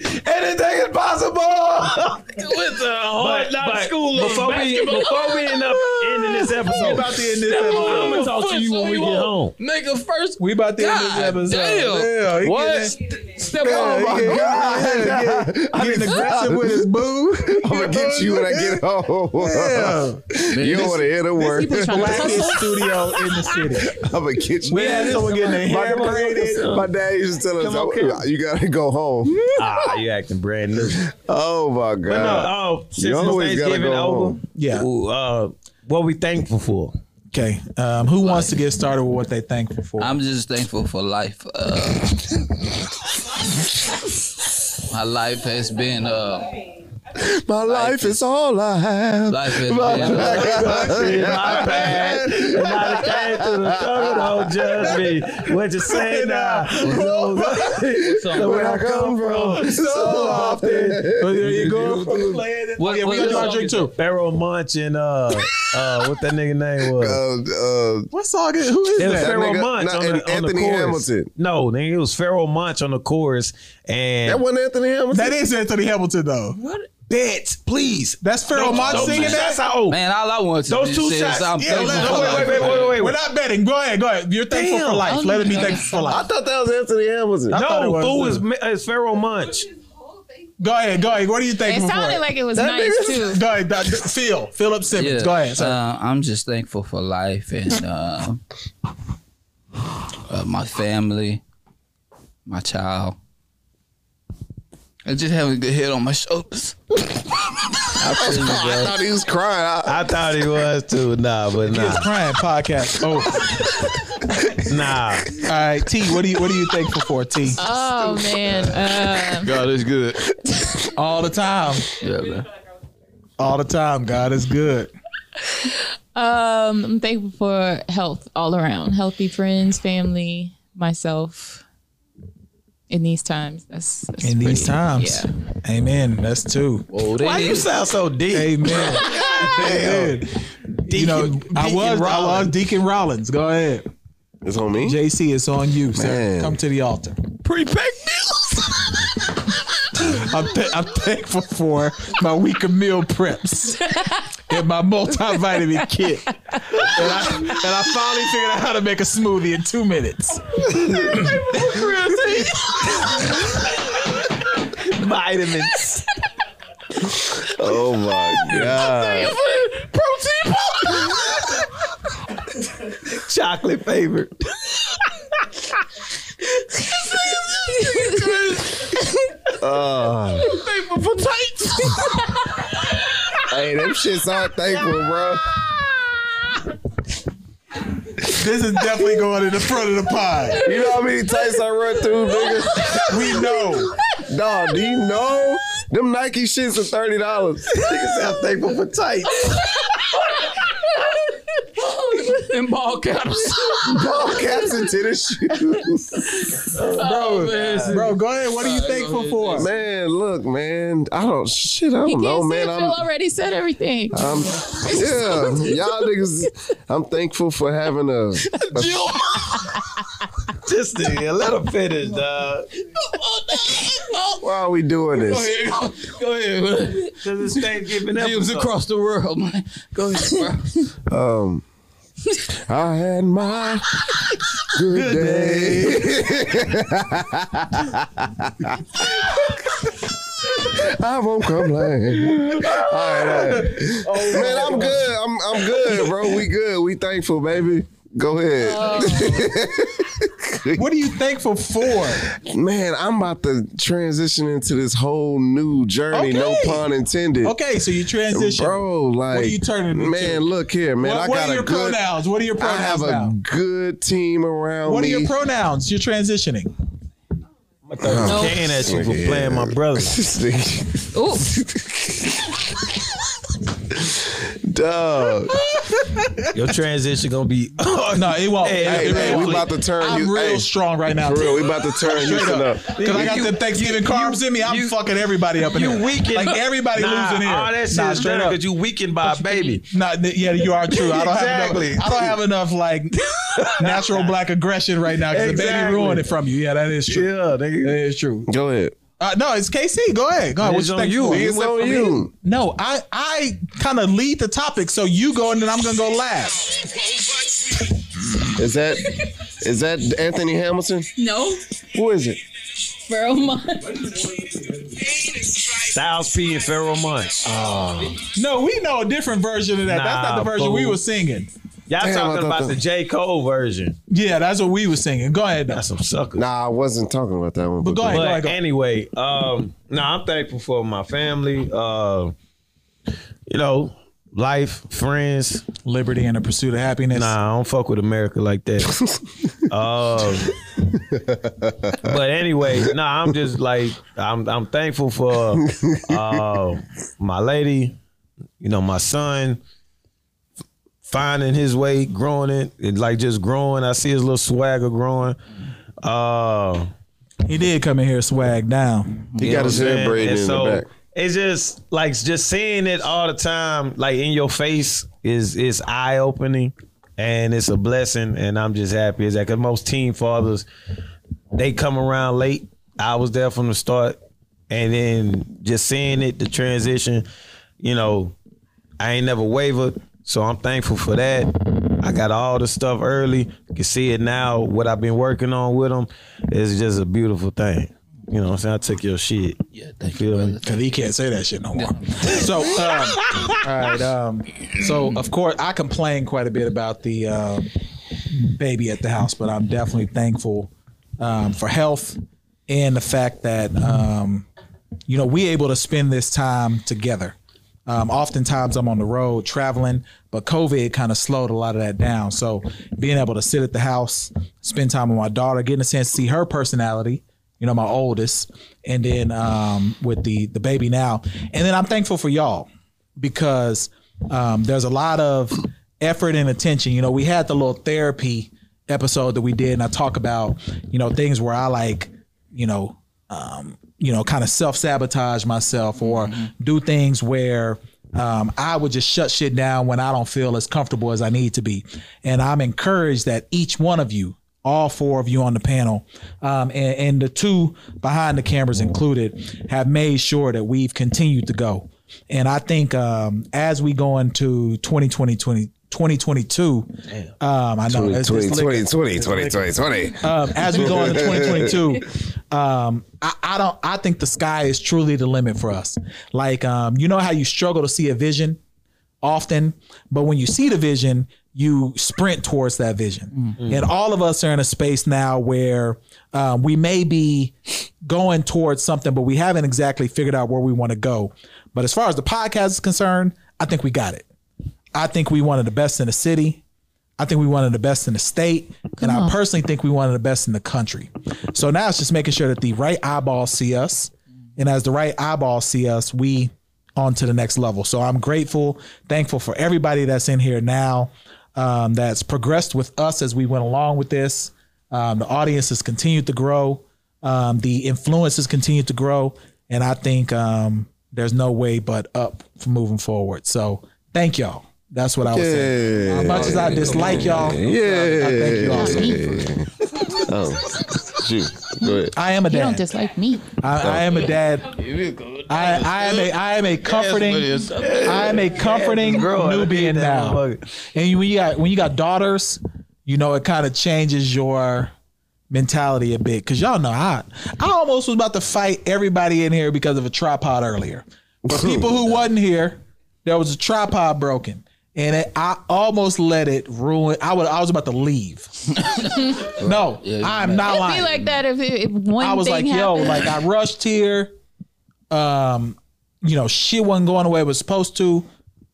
S2: Anything is possible.
S5: went to hard
S2: But,
S5: knock
S2: but
S5: school of
S2: before we
S5: basketball.
S2: before we end up ending this episode,
S4: about to end this
S2: I'm gonna
S4: episode.
S2: talk to you when we get home.
S5: Nigga, first
S4: We about to end this
S5: God
S4: episode.
S5: damn.
S4: Yeah, he
S5: what?
S4: getting-
S5: Step on my
S4: Yeah, yeah, yeah. Getting aggressive with his boo.
S3: I'm gonna get you when I get home. you don't want to hear the word.
S7: people trying to hustle.
S4: Blackest studio in the city.
S3: I'm gonna get you.
S4: We had someone getting their
S3: my,
S4: hair braided.
S3: my dad used to tell us,
S2: Come on,
S3: "Oh, "You gotta go home."
S2: Ah, you acting brand new.
S3: Oh my god!
S2: But no, oh,
S3: You
S2: since it's
S3: always gotta
S2: Thanksgiving
S3: go
S2: over,
S3: home.
S4: Yeah.
S2: ooh, uh, what we thankful for?
S4: Okay. Um, who wants to get started with what they thankful for?
S5: I'm just thankful for life. Uh, my life has been uh,
S3: My life is all I have.
S5: life has
S3: My
S5: been uh,
S2: In my past, and I came to the cover, don't judge me. What you say now?
S5: so-
S3: Where I come from, so often.
S4: So there you go. Playing it.
S5: What-
S4: yeah,
S5: what
S4: we gonna do
S5: song
S4: our drink
S5: is
S4: too.
S2: Pharaoh Munch and uh, uh, what that nigga name was?
S3: Uh, uh,
S4: What song is? Who is
S2: It was
S4: that?
S3: That
S2: Pharaoh
S3: nigga-
S2: Munch
S3: nah, and
S2: on, the, on the
S3: Anthony
S2: chorus.
S3: Hamilton.
S2: No, nigga, it was Pharaoh Munch on the chorus, and
S3: that wasn't Anthony Hamilton.
S4: That is Anthony Hamilton though.
S2: bitch, please.
S4: That's Pharaoh Mott
S2: Those two
S4: singing that.
S2: shots are old.
S5: man, all I want to
S2: Those
S5: do
S2: two
S5: is
S2: shots.
S5: I'm
S4: Yeah,
S5: thankful
S4: let,
S5: for
S4: no, wait,
S5: life.
S4: wait, wait, wait, wait,
S2: wait.
S4: We're not betting. Go ahead, go ahead. You're thankful
S2: Damn.
S4: for life. Let him be thankful for
S3: I
S4: life.
S3: thought that was Anthony Hamilton.
S4: I thought it
S2: No,
S4: was,
S2: who
S4: too.
S2: is is Pharaoh Munch?
S4: Go ahead, go ahead. What are you
S7: It
S4: thankful
S7: sounded
S4: for?
S7: like it was
S3: That
S7: nice too.
S3: nigga's-
S4: Go ahead, Dr. Phil, Philip Simmons.
S5: Yeah.
S4: Go ahead. sir.
S5: Uh, I'm just thankful for life and uh, uh, my family, my child. I just have a good head on my shoulders.
S3: I thought he was crying. I,
S2: I thought he was too. Nah, but nah,
S4: It's crying podcast. Oh,
S2: nah.
S4: all right. T, what do you what are you thankful for? T,
S7: Oh man. Uh,
S5: God is good.
S4: all the time,
S5: Yeah, man.
S4: all the time. God is good.
S7: um, I'm thankful for health all around. Healthy friends, family, myself. In these times, that's, that's
S4: In these
S7: pretty-
S4: times,
S7: Yeah.
S4: Amen. That's two.
S5: Oh, they
S2: Why you
S5: did.
S2: sound so deep?
S4: Amen. Amen. you know, I was
S2: Deacon
S4: I was
S2: Rollins.
S4: Deacon Rollins. Go ahead.
S3: it's on me.
S4: JC, it's on you, sir.
S3: Man.
S4: Come to the altar.
S5: prepaid meals.
S4: I'm, th- I'm thankful for my week of meal preps and my multivitamin kit. And I, and I finally figured out how to make a smoothie in two minutes.
S2: vitamins.
S3: Oh my god!
S2: Chocolate favorite.
S3: Uh, hey, them shits aren't thankful, bro.
S4: This is definitely going in the front of the pod.
S3: You know how many tights I run through, nigga?
S4: We know.
S3: Dog, do you know them Nike shits are thirty dollars? Niggas have thankful for tights.
S5: and ball caps.
S3: Ball caps and tennis shoes.
S4: Bro, go ahead. What are you thankful for?
S3: Man, look, man. I don't shit. I
S7: He can't
S3: don't know,
S7: see
S3: man.
S7: it.
S3: I'm Uh,
S7: Phil already said everything.
S3: I'm, yeah, y'all niggas. I'm thankful for having a.
S2: Just to- let him finish, dog.
S3: Why are we doing this?
S5: Go ahead, man.
S2: Cause it's Thanksgiving
S5: Gyms
S2: episode.
S5: across the world, man. Go ahead, bro.
S3: Um, I had my good, day. I won't complain. All right, Oh, all right. man, I'm good. I'm I'm good, bro. We good. We thankful, baby. Go ahead.
S4: What are you thankful for?
S3: Man, I'm about to transition into this whole new journey, no
S4: Okay.
S3: pun intended.
S4: Okay, so you transition.
S3: Bro, like,
S4: are you turning into?
S3: Man, look here, man.
S4: what
S3: I
S4: what
S3: got
S4: are your
S3: a good.
S4: pronouns? What are your
S3: I
S4: pronouns
S3: have a
S4: now?
S3: good team around
S4: What are
S3: me.
S4: your pronouns? You're transitioning.
S2: Can that shit for
S3: Yeah.
S2: playing my brother.
S3: This nigga-
S7: Ooh,
S3: Dog.
S2: Your transition gonna be.
S4: No, it won't.
S2: Hey,
S4: It
S3: hey, man,
S4: won't.
S3: we about to turn
S4: I'm
S3: you.
S4: real
S3: hey,
S4: strong right now.
S3: for real, we about to turn Houston up.
S4: Because I got the Thanksgiving carbs in me, I'm fucking everybody up in
S2: you
S4: here.
S2: weakened.
S4: Like everybody
S2: nah,
S4: losing here.
S2: All that shit
S4: Nah,
S2: is
S4: straight
S2: better
S4: up.
S2: because you weakened by a baby.
S4: Nah, th- yeah, you are true. I don't
S2: Exactly.
S4: have enough, I don't have enough like natural black aggression right now because the baby
S2: Exactly.
S4: ruined it from you. Yeah, that is true.
S2: nigga.
S4: That is true.
S3: Go ahead.
S4: Uh, no, it's KC. Go ahead. Go ahead. What
S2: It's
S4: you
S2: on
S4: think
S2: you.
S4: for?
S2: It
S3: It's
S2: went
S3: on
S2: from
S3: you.
S4: No, I I kind of lead the topic, so you go and then I'm gonna go last.
S3: Is that is that Anthony Hamilton?
S6: No,
S3: Who is it?
S6: bro.
S2: Styles P and Pharoah Monch.
S4: No, we know a different version of that. that's not the
S2: Nah,
S4: version we
S2: fool.
S4: were singing.
S3: Damn,
S2: Y'all
S3: I
S2: talking
S3: thought
S2: about
S3: that-
S2: the J Cole version?
S4: Yeah, that's what we were singing. Go ahead. Though.
S2: That's some suckers.
S3: Nah, I wasn't talking about that one.
S4: But go ahead.
S2: But
S4: Go ahead. Go ahead.
S2: anyway, um, no, I'm thankful for my family. Uh, you know, life, friends.
S4: Liberty and the pursuit of happiness.
S2: Nah, I don't fuck with America like that. um, but anyway, nah, I'm just like I'm. I'm thankful for uh, my lady. You know, my son finding his way, growing it, and like just growing. I see his little swagger growing. Uh,
S4: He did come in here swag down.
S3: He got his
S2: know what I'm
S3: hair
S2: saying?
S3: braided
S2: And
S3: in
S2: so
S3: the back.
S4: uh,
S2: It's just like just seeing it all the time, like in your face, is is eye opening, and it's a blessing. And I'm just happy as that because most team fathers, they come around late. I was there from the start, and then just seeing it, the transition, you know, I ain't never wavered. So I'm thankful for that. I got all the stuff early. You can see it now. What I've been working on with them is just a beautiful thing. You know what I'm saying? I took your shit. Yeah, thank you. Feel me?
S4: Cause he can't say that shit no more. so, um, all right. Um, so of course I complain quite a bit about the um, baby at the house, but I'm definitely thankful um, for health and the fact that um, you know we able to spend this time together. Um, oftentimes I'm on the road traveling, but COVID kind of slowed a lot of that down. So being able to sit at the house, spend time with my daughter, getting a chance to see her personality, you know, my oldest, and then um, with the the baby now, and then I'm thankful for y'all because um, there's a lot of effort and attention. You know, we had the little therapy episode that we did, and I talk about you know things where I like you know um, you know kind of self sabotage myself or do things where. Um, I would just shut shit down when I don't feel as comfortable as I need to be. And I'm encouraged that each one of you, all four of you on the panel, um, and, and the two behind the cameras included, have made sure that we've continued to go. And I think um, as we go into 2020, 2022, um, I know it's, it's
S3: 20,
S4: lit-
S3: 20, 20, 20, 20, 20.
S4: um, as we go into 2022, um, I, I don't. I think the sky is truly the limit for us. Like, um, you know how you struggle to see a vision often, but when you see the vision, you sprint towards that vision. And all of us are in a space now where um, we may be going towards something, but we haven't exactly figured out where we want to go. But as far as the podcast is concerned, I think we got it. I think we one of the best in the city. I think we one of the best in the state, and I personally think we one of the best in the country. So now it's just making sure that the right eyeballs see us, and as the right eyeballs see us, we on to the next level. So I'm grateful, thankful for everybody that's in here now, um, that's progressed with us as we went along with this. Um, the audience has continued to grow, um, the influence has continued to grow, and I think um, there's no way but up for moving forward. So thank y'all. That's what I was saying. As
S3: Yeah.
S4: much as I dislike y'all, I thank you all.
S3: Yeah.
S4: so much.
S3: Oh, shoot. Go ahead.
S4: I am a
S7: you don't
S4: dad.
S7: dislike me.
S4: I, I am a dad. I, I am a I am a comforting I am a comforting Nubian now. And you, when you got when you got daughters, you know it kind of changes your mentality a bit because y'all know I I almost was about to fight everybody in here because of a tripod earlier. But people who wasn't here, there was a tripod broken, and it, I almost let it ruin. I would. I was about to leave. no, I am not
S7: It'd be
S4: lying.
S7: like that if, if one
S4: I was
S7: thing
S4: like, yo,
S7: happened.
S4: like I rushed here. Um, you know, shit wasn't going the way it was supposed to,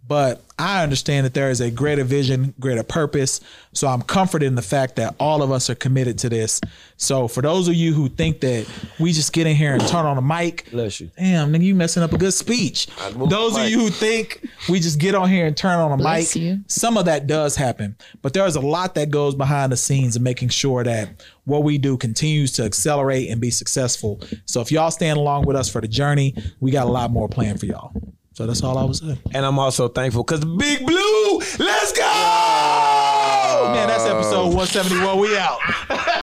S4: but I understand that there is a greater vision, greater purpose. So I'm comforted in the fact that all of us are committed to this. So for those of you who think that we just get in here and turn on the mic,
S2: Bless you.
S4: damn, nigga, you messing up a good speech.
S3: moved
S4: Those
S3: the
S4: of
S3: mic.
S4: you who think we just get on here and turn on a
S7: Bless
S4: mic,
S7: you.
S4: some of that does happen, but there's a lot that goes behind the scenes and making sure that what we do continues to accelerate and be successful. So if y'all stand along with us for the journey, we got a lot more planned for y'all. So that's all I was saying.
S2: And I'm also thankful because Big Blue, let's go!
S4: Man, that's episode 171. We out.